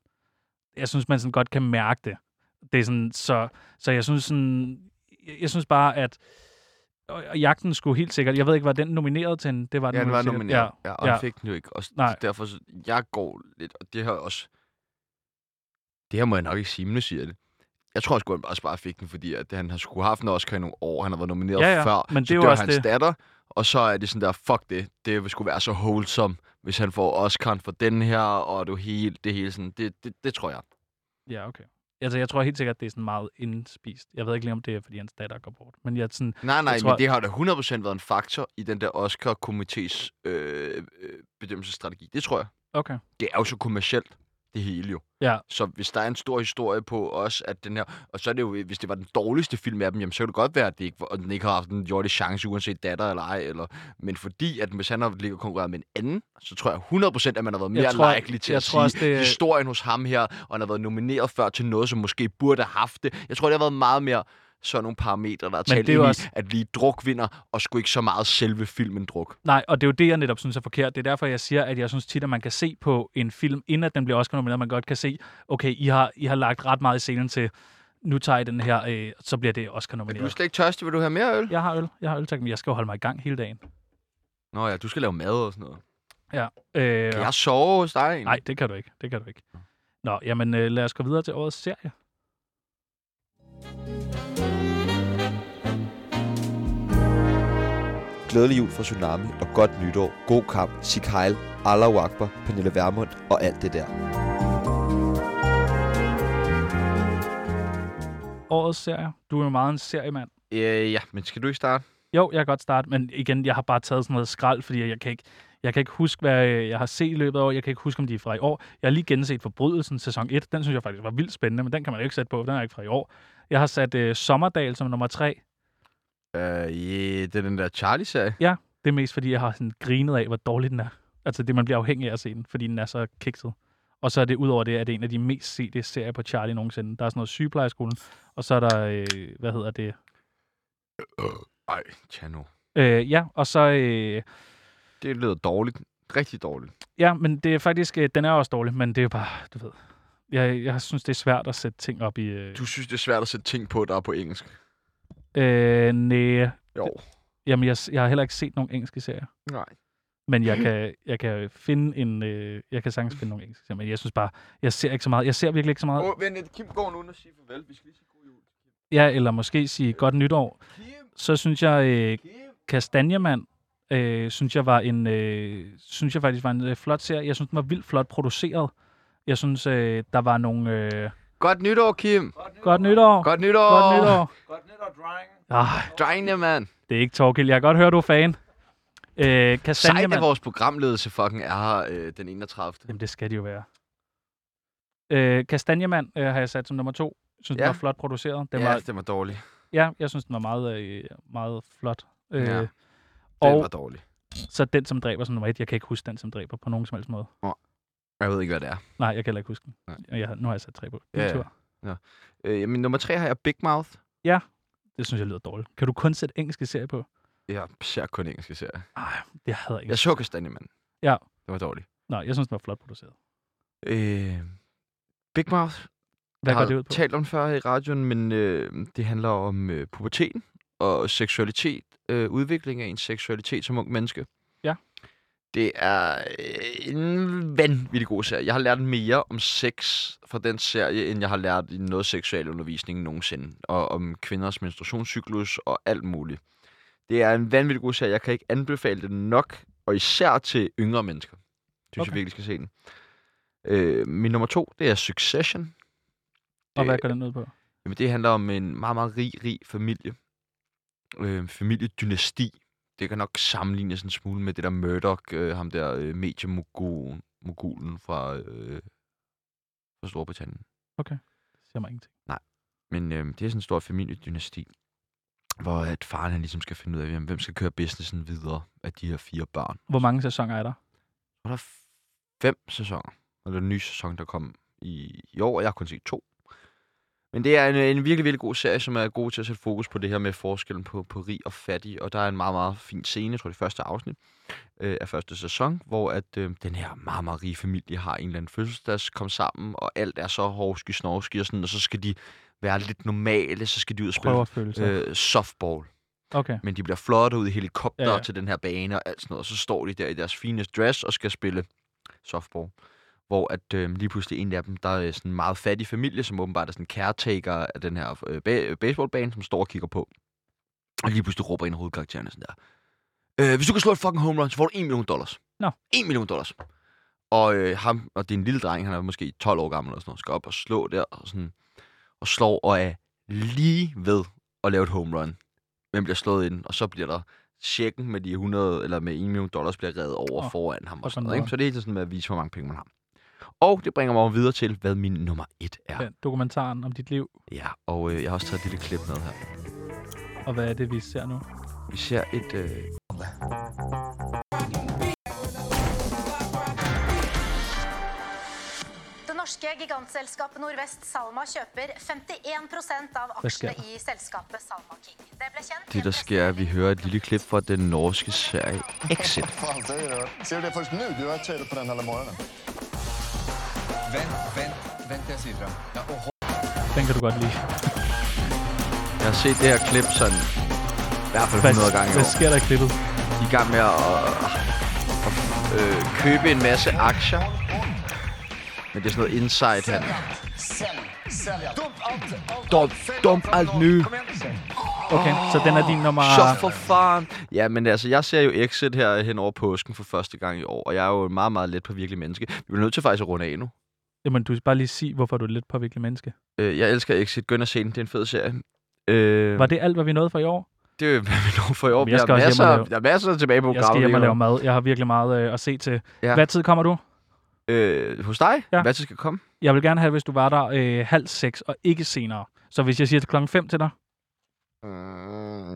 Speaker 3: Jeg synes, man sådan godt kan mærke det. det er sådan, så, så jeg synes sådan, jeg, jeg synes bare, at og, og jagten skulle helt sikkert, jeg ved ikke, var den nomineret til en? Det var den,
Speaker 4: Ja, den var
Speaker 3: sikkert.
Speaker 4: nomineret. Ja, ja, og ja.
Speaker 3: ja.
Speaker 4: fik den jo ikke. Og
Speaker 3: Nej.
Speaker 4: Nej. derfor, så- jeg går lidt, og det her også... Det her må jeg nok ikke sige, men nu siger jeg det. Jeg tror sgu, han også bare fik den, fordi at han har sgu haft en Oscar i nogle år. Han har været nomineret
Speaker 3: Ja, ja,
Speaker 4: før,
Speaker 3: men det
Speaker 4: så
Speaker 3: er jo
Speaker 4: dør
Speaker 3: også
Speaker 4: hans
Speaker 3: det.
Speaker 4: datter. Og så er det sådan der, fuck det, det vil sgu være så wholesome, hvis han får Oscar'en for den her, og du hele, det hele sådan. Det, det, det tror jeg.
Speaker 3: Ja, okay. Altså, jeg tror helt sikkert, at det er sådan meget indspist. Jeg ved ikke lige, om det er, fordi hans datter går bort. Men jeg er sådan,
Speaker 4: Nej, nej,
Speaker 3: Jeg
Speaker 4: tror,
Speaker 3: tror-
Speaker 4: men det har da 100% været en faktor i den der Oscar-komités øh, øh, bedømmelsesstrategi. Det tror jeg.
Speaker 3: okay.
Speaker 4: Det er jo så kommercielt, det hele jo.
Speaker 3: Ja.
Speaker 4: Så hvis der er en stor historie på også, at den her... Og så er det jo, hvis det var den dårligste film af dem, jamen, så kan det godt være, at det ikke, var- og den ikke har haft en jordisk chance, uanset datter eller ej. Eller, men fordi, at hvis han har ligget og konkurreret med en anden, så tror jeg 100% at man har været mere
Speaker 3: Jeg tror-
Speaker 4: likely til
Speaker 3: jeg
Speaker 4: at
Speaker 3: tror
Speaker 4: sige
Speaker 3: også, det-
Speaker 4: historien hos ham her, og han har været nomineret før til noget, som måske burde have haft det. Jeg tror, det har været meget mere sådan nogle parametre, der er
Speaker 3: Men
Speaker 4: talt
Speaker 3: det er jo
Speaker 4: ind i,
Speaker 3: også-
Speaker 4: at lige druk vinder, og sgu ikke så meget selve filmen druk.
Speaker 3: Nej, og det er jo det, jeg netop synes er forkert. Det er derfor, jeg siger, at jeg synes tit, at man kan se på en film, inden at den bliver også nomineret, man godt kan se, okay, I har, I har lagt ret meget i scenen til, nu tager I den her, øh, så bliver det også
Speaker 4: Er du
Speaker 3: nomineret.
Speaker 4: slet ikke tørstig? Vil du have mere øl?
Speaker 3: Jeg har øl, jeg har øl, tak, men jeg skal jo holde mig i gang hele dagen.
Speaker 4: Nå ja, du skal lave mad og sådan noget.
Speaker 3: Øh,
Speaker 4: Kan jeg sove hos dig? egentlig?
Speaker 3: nej, det kan du ikke, det kan du ikke. Nå, jamen øh, lad os gå videre til årets serie.
Speaker 2: Glædelig jul fra Tsunami og godt nytår. God kamp, Sig Heil, Allahu Akbar, Pernille Vermund og alt det der.
Speaker 3: Årets serie. Du er jo meget en seriemand.
Speaker 4: Øh, ja, men skal du ikke starte?
Speaker 3: Jo, jeg kan godt starte, men igen, jeg har bare taget sådan noget skrald, fordi jeg kan ikke, jeg kan ikke huske, hvad øh, jeg har set i løbet af året. Jeg kan ikke huske, om de er fra i år. Jeg har lige genset Forbrydelsen, sæson 1. Den synes jeg faktisk var vildt spændende, men den kan man jo ikke sætte på, for den er ikke fra i år. Jeg har sat øh, Sommerdal som nummer 3.
Speaker 4: Øh, yeah, det er den der Charlie-serie.
Speaker 3: Det er mest, fordi jeg har sådan grinet af, hvor dårlig den er. Altså det, man bliver afhængig af at se den, fordi den er så kikset. Og så er det udover det, at det er en af de mest sete serier på Charlie nogensinde. Der er sådan noget sygeplejerskolen, og så er der, øh, hvad hedder det,
Speaker 4: Ej, Chano.
Speaker 3: øh, ja, og så, øh,
Speaker 4: Det lyder dårligt. Rigtig dårligt.
Speaker 3: Ja, men det er faktisk, øh, den er også dårlig, men det er jo bare, du ved, jeg, jeg synes, det er svært at sætte ting op i... Øh,
Speaker 4: Du synes, det er svært at sætte ting på, der er på engelsk.
Speaker 3: øh, nej,
Speaker 4: Jo.
Speaker 3: jamen jeg, s- jeg har heller ikke set nogen engelske serier,
Speaker 4: Nej.
Speaker 3: men jeg kan, jeg kan finde en, øh, jeg kan sagtens finde nogle engelske serier, men jeg synes bare, jeg ser ikke så meget, jeg ser virkelig ikke så meget,
Speaker 4: Oh, vent lidt. Kim går nu og siger farvel. Vi skal lige sige god jul.
Speaker 3: ja, eller måske sige godt nytår,
Speaker 4: Kim,
Speaker 3: så synes jeg, øh,
Speaker 4: Kim.
Speaker 3: Kastanjemand, øh, synes jeg var en, øh, synes jeg faktisk var en øh, flot serie, jeg synes, den var vildt flot produceret, jeg synes, øh, der var nogle, øh,
Speaker 4: Godt nytår, Kim.
Speaker 3: godt nytår,
Speaker 4: Godt nytår.
Speaker 3: godt nytår, ah,
Speaker 4: Drengene, mand.
Speaker 3: Det er ikke Torkild. Jeg kan godt høre, du er fan. Øh,
Speaker 4: Sejt,
Speaker 3: Kastanjemand.
Speaker 4: at vores programledelse fucking er her øh, den 31.
Speaker 3: Jamen, det skal de jo være. Øh, Kastanjemand øh, har jeg sat som nummer to. Jeg synes, ja.
Speaker 4: Ja.
Speaker 3: den var flot produceret. Den
Speaker 4: ja,
Speaker 3: ja. Var,
Speaker 4: den var dårlig.
Speaker 3: ja, jeg synes, den var meget, øh, meget flot. Øh,
Speaker 4: Ja.
Speaker 3: ja.
Speaker 4: Den Den
Speaker 3: Og
Speaker 4: var dårlig.
Speaker 3: så den, som dræber som nummer et. Jeg kan ikke huske den, som dræber på nogen som helst måde.
Speaker 4: Jeg ved ikke, hvad det er.
Speaker 3: Nej, jeg kan heller ikke huske den.
Speaker 4: Nej.
Speaker 3: Og Jeg, nu har jeg sat tre på.
Speaker 4: Ja,
Speaker 3: Ja,
Speaker 4: ja.
Speaker 3: ja.
Speaker 4: Øh, jamen, nummer tre har jeg Big Mouth.
Speaker 3: Det synes jeg lyder dårligt. Kan du kun sætte engelske serier på?
Speaker 4: Jeg ser kun engelske serier.
Speaker 3: Nej, det havde jeg ikke.
Speaker 4: Jeg så Kastanjemand.
Speaker 3: Ja.
Speaker 4: Det var dårligt.
Speaker 3: Nej, jeg synes, den var flot produceret.
Speaker 4: Øh, Big Mouth.
Speaker 3: Hvad
Speaker 4: jeg
Speaker 3: går det ud på?
Speaker 4: talt om før i radioen, men øh, det handler om øh, puberteten og seksualitet. Øh, udvikling af ens seksualitet som ung menneske.
Speaker 3: Ja.
Speaker 4: Det er øh, en vanvittig god serie. Jeg har lært mere om sex fra den serie, end jeg har lært i noget seksuel undervisning nogensinde. Og om kvinders menstruationscyklus og alt muligt. Det er en vanvittig god serie. Jeg kan ikke anbefale den nok, og især til yngre mennesker. Synes okay.
Speaker 3: Okay.
Speaker 4: jeg virkelig skal se den. Øh, min nummer to, det er Succession.
Speaker 3: Og hvad går den ud på?
Speaker 4: Jamen, det handler om en meget, meget rig, rig familie. Øh, familiedynasti. Det kan nok sammenlignes en smule med det der Murdoch, øh, ham der øh, mediemogulen mogulen fra, øh, fra Storbritannien.
Speaker 3: Det siger mig ingenting.
Speaker 4: Men øh, det er sådan en stor familiedynasti, hvor at faren han ligesom skal finde ud af, jamen, hvem skal køre businessen videre af de her fire børn.
Speaker 3: Hvor mange sæsoner er der?
Speaker 4: Og der er f- fem sæsoner, og der er en ny sæson, der kom i, i år, og jeg har kun set to. Men det er en, en virkelig, virkelig god serie, som er god til at sætte fokus på det her med forskellen på, på rig og fattig. Og der er en meget, meget fin scene, jeg tror det er første afsnit øh, af første sæson, hvor at øh, den her meget, meget rige familie har en eller anden fødselsdags kom sammen, og alt er så hårdski, snorski og sådan, og så skal de være lidt normale, så skal de ud og
Speaker 3: Prøv
Speaker 4: spille
Speaker 3: at føle sig.
Speaker 4: øh, softball
Speaker 3: Okay.
Speaker 4: men de bliver flottet ud i helikopter ja,
Speaker 3: Ja,
Speaker 4: ja.
Speaker 3: ja.
Speaker 4: til den her bane og alt sådan noget. Og så står de der i deres fineste dress og skal spille softball. Hvor at øh, lige pludselig en af dem, der er sådan en meget fattig familie, som åbenbart er sådan en caretaker af den her øh, ba- øh, baseballbane, som står og kigger på. Og lige pludselig råber en af hovedkaraktererne sådan der. Øh, hvis du kan slå et fucking home run, så får du 1 million dollars.
Speaker 3: Nå.
Speaker 4: 1 million dollars. Og øh, ham, og det er en lille dreng, han er måske 12 år gammel eller sådan noget, skal op og slå der og sådan. og slår og er lige ved at lave et home run. Men bliver slået ind, og så bliver der checken med de 100, eller med 1 million dollars bliver reddet over
Speaker 3: Åh,
Speaker 4: oh, foran ham.
Speaker 3: for
Speaker 4: Og sådan
Speaker 3: fanden
Speaker 4: noget, ikke?
Speaker 3: da.
Speaker 4: Så det er hele tiden sådan med at vise, hvor mange penge man har. Og det bringer mig over videre til, hvad min nummer et er.
Speaker 3: Den dokumentaren om dit liv,
Speaker 4: Ja, og øh, jeg har også taget et lille klip med her.
Speaker 3: og hvad er det, vi ser nu?
Speaker 4: Vi ser et... Øh...
Speaker 9: Det norske gigantselskapet Nordvest Salma kjøper 51 av
Speaker 3: Hvad sker
Speaker 9: aksjene
Speaker 3: der?
Speaker 9: i selskapet Salma King. Det ble kjent i
Speaker 4: Det,
Speaker 9: en
Speaker 4: der sker, er, at vi hører et lille klip fra den norske serie Exit.
Speaker 10: Fan, säger du? Ser du det först nu? Du har tittat på den hela morgonen.
Speaker 3: Den kan du godt lide.
Speaker 4: Jeg har set det her klip sådan i hvert fald 100 gange i
Speaker 3: hvad
Speaker 4: år.
Speaker 3: sker der i klippet?
Speaker 4: De er i gang med at, at øh, købe en masse aktier. Men det er sådan noget inside her. Dump, dump alt nu.
Speaker 3: Okay, så den er din nummer...
Speaker 4: Så for faren. Ja, men altså, jeg ser jo Exit her hen over påsken for første gang i år, og jeg er jo en meget, meget let på virkelig menneske. Vi bliver nødt til faktisk at runde af nu.
Speaker 3: Jamen, du skal bare lige sige, hvorfor du er lidt påvirkelig menneske.
Speaker 4: Øh, Jeg elsker Exit. Gå ind og se den. Det er en fed serie. Øh,
Speaker 3: Var det alt, hvad vi nåede for i år?
Speaker 4: Det er jo, hvad vi når for i år.
Speaker 3: Jamen, jeg skal
Speaker 4: der, er
Speaker 3: også
Speaker 4: masser,
Speaker 3: hjem og lave-
Speaker 4: der er masser tilbage på
Speaker 3: Jeg skal hjem og lave
Speaker 4: programmet.
Speaker 3: mad. Jeg har virkelig meget øh, at se til.
Speaker 4: Ja.
Speaker 3: Hvad tid kommer du?
Speaker 4: Øh, hos dig?
Speaker 3: Ja.
Speaker 4: Ja. Hvad skal komme?
Speaker 3: Jeg vil gerne have, hvis du var der øh, halv seks og ikke senere. Så hvis jeg siger til klokken 5 til dig,
Speaker 4: Mm,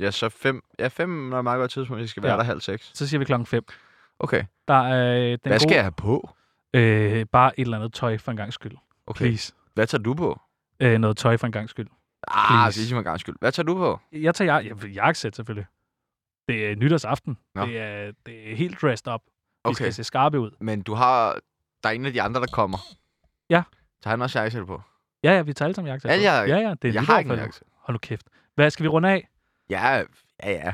Speaker 4: ja, så fem. Ja, fem er et meget godt tidspunkt. Jeg skal være
Speaker 3: Ja.
Speaker 4: ja. der halv seks.
Speaker 3: så siger vi klokken 5.
Speaker 4: Okay. Den
Speaker 3: Der er øh, den
Speaker 4: Hvad skal
Speaker 3: gode,
Speaker 4: jeg have på?
Speaker 3: Øh, bare et eller andet tøj for en gang skyld.
Speaker 4: Okay.
Speaker 3: Please.
Speaker 4: Hvad tager du på?
Speaker 3: Øh, noget tøj for en gang skyld.
Speaker 4: Ah,
Speaker 3: Please.
Speaker 4: det er mig gang skyld. Hvad tager du på?
Speaker 3: Jeg tager jeg, jeg, jakkesæt selvfølgelig. Det er nytårsaften.
Speaker 4: Nå.
Speaker 3: Det, er, det er helt dressed up. Okay. Vi
Speaker 4: Okay.
Speaker 3: skal se skarpe ud.
Speaker 4: Men du har... Der er en af de andre, der kommer.
Speaker 3: Ja.
Speaker 4: Tager han også jakkesæt på?
Speaker 3: Ja, ja, vi tager alle sammen jakkesæt.
Speaker 4: Ja,
Speaker 3: på.
Speaker 4: jeg-
Speaker 3: ja, ja, det er
Speaker 4: jeg
Speaker 3: nytår,
Speaker 4: har ikke en
Speaker 3: for-
Speaker 4: jakkesæt.
Speaker 3: Hold nu kæft. Hvad skal vi runde af?
Speaker 4: Ja, ja, ja.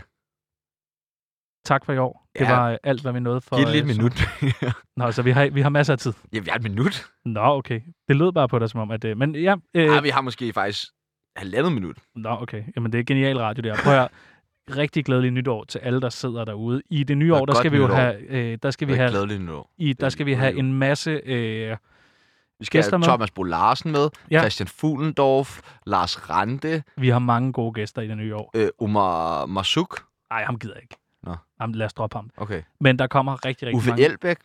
Speaker 3: Tak for i år. Det
Speaker 4: Ja.
Speaker 3: var øh, alt, hvad vi nåede for...
Speaker 4: Giv det lige
Speaker 3: øh,
Speaker 4: et
Speaker 3: så-
Speaker 4: minut. [LAUGHS]
Speaker 3: Nå, så vi har, vi har masser af tid.
Speaker 4: Jamen, jeg har et minut.
Speaker 3: Nå, okay. Det lød bare på dig som om, at... Øh, men ja... Øh,
Speaker 4: Ja, vi har måske faktisk halvandet minut.
Speaker 3: Nå, okay. Jamen, det er genial radio, det her. Prøv at høre. Rigtig glædelig nytår til alle, der sidder derude. I det nye
Speaker 4: Og
Speaker 3: år, der
Speaker 4: godt
Speaker 3: skal vi jo
Speaker 4: nytår.
Speaker 3: have, øh, der skal vi
Speaker 4: Det er
Speaker 3: have,
Speaker 4: glædeligt nu.
Speaker 3: i, der
Speaker 4: er
Speaker 3: skal vi have
Speaker 4: glædeligt.
Speaker 3: en masse... Øh,
Speaker 4: Vi skal
Speaker 3: Gæster
Speaker 4: have
Speaker 3: med.
Speaker 4: Thomas Bo Larsen med,
Speaker 3: Ja.
Speaker 4: ja. Christian Fuglendorf, Lars Rante,
Speaker 3: vi har mange gode gæster i det nye år.
Speaker 4: øh, Omar Masuk.
Speaker 3: Nej, ham gider jeg ikke.
Speaker 4: Nå.
Speaker 3: Ham, lad os droppe ham.
Speaker 4: Okay.
Speaker 3: Men der kommer rigtig, rigtig
Speaker 4: Uffe
Speaker 3: mange.
Speaker 4: Elbæk,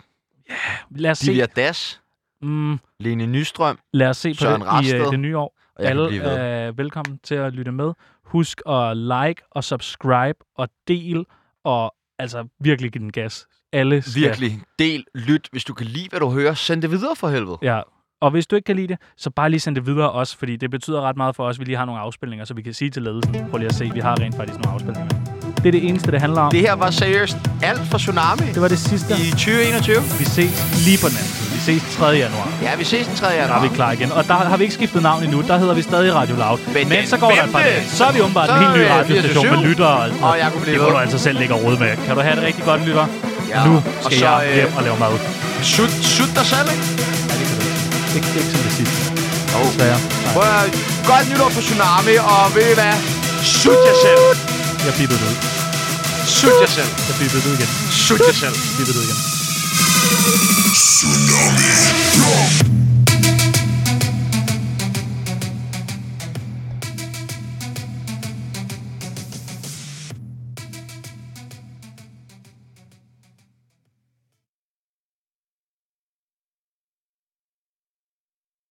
Speaker 3: Lad os se,
Speaker 4: Divya Das,
Speaker 3: mm,
Speaker 4: Lene Nystrøm.
Speaker 3: lad os se på
Speaker 4: Søren
Speaker 3: det i øh,
Speaker 4: Rasted.
Speaker 3: det nye år.
Speaker 4: Og jeg Alle, kan blive
Speaker 3: Alle
Speaker 4: ved. Øh,
Speaker 3: er velkommen til at lytte med. Husk at like og subscribe og del og altså virkelig give den gas. Alle skal.
Speaker 4: Virkelig. Del, lyt. Hvis du kan lide, hvad du hører, send det videre for helvede.
Speaker 3: Ja. Og hvis du ikke kan lide det, så bare lige send det videre også, fordi det betyder ret meget for os, at vi lige har nogle afspilninger, så vi kan sige til ledelsen, prøv lige at se, vi har rent faktisk nogle afspilninger. Det er det eneste, det handler om.
Speaker 4: Det her var seriøst alt for Tsunami
Speaker 3: Det var det sidste.
Speaker 4: i 2021.
Speaker 3: Vi ses lige på den anden side. Vi ses 3. januar.
Speaker 4: Ja, vi ses den 3.
Speaker 3: Der er
Speaker 4: januar.
Speaker 3: vi klar igen. Og der har vi ikke skiftet navn endnu. Der hedder vi stadig Radio Loud. Men,
Speaker 4: den
Speaker 3: så går der et par
Speaker 4: femte,
Speaker 3: dage. Så er vi åbenbart en
Speaker 4: så
Speaker 3: helt ny
Speaker 4: er vi
Speaker 3: radiostation
Speaker 4: 24.
Speaker 3: med lyttere og alt sådan
Speaker 4: Og jeg kunne blive
Speaker 3: Det må
Speaker 4: ved.
Speaker 3: du altså selv ligge og rode med. Kan du have det rigtig godt, lytter?
Speaker 4: Ja,
Speaker 3: Nu
Speaker 4: og
Speaker 3: skal
Speaker 4: så,
Speaker 3: jeg
Speaker 4: øh,
Speaker 3: hjem og lave mad.
Speaker 4: Sut, sut dig selv, ikke?
Speaker 3: Ikke, ikke som det sidste.
Speaker 4: Jo.
Speaker 3: Desværre. Nej,
Speaker 4: Prøv at høre. Godt nytår for Tsunami, og ved I hvad? Sut jer selv.
Speaker 3: jeg bippede det ud.
Speaker 4: Sut jer selv.
Speaker 3: Jeg bippede det ud igen.
Speaker 4: Sut jer selv.
Speaker 3: Bippede det ud igen.
Speaker 11: Tsunami.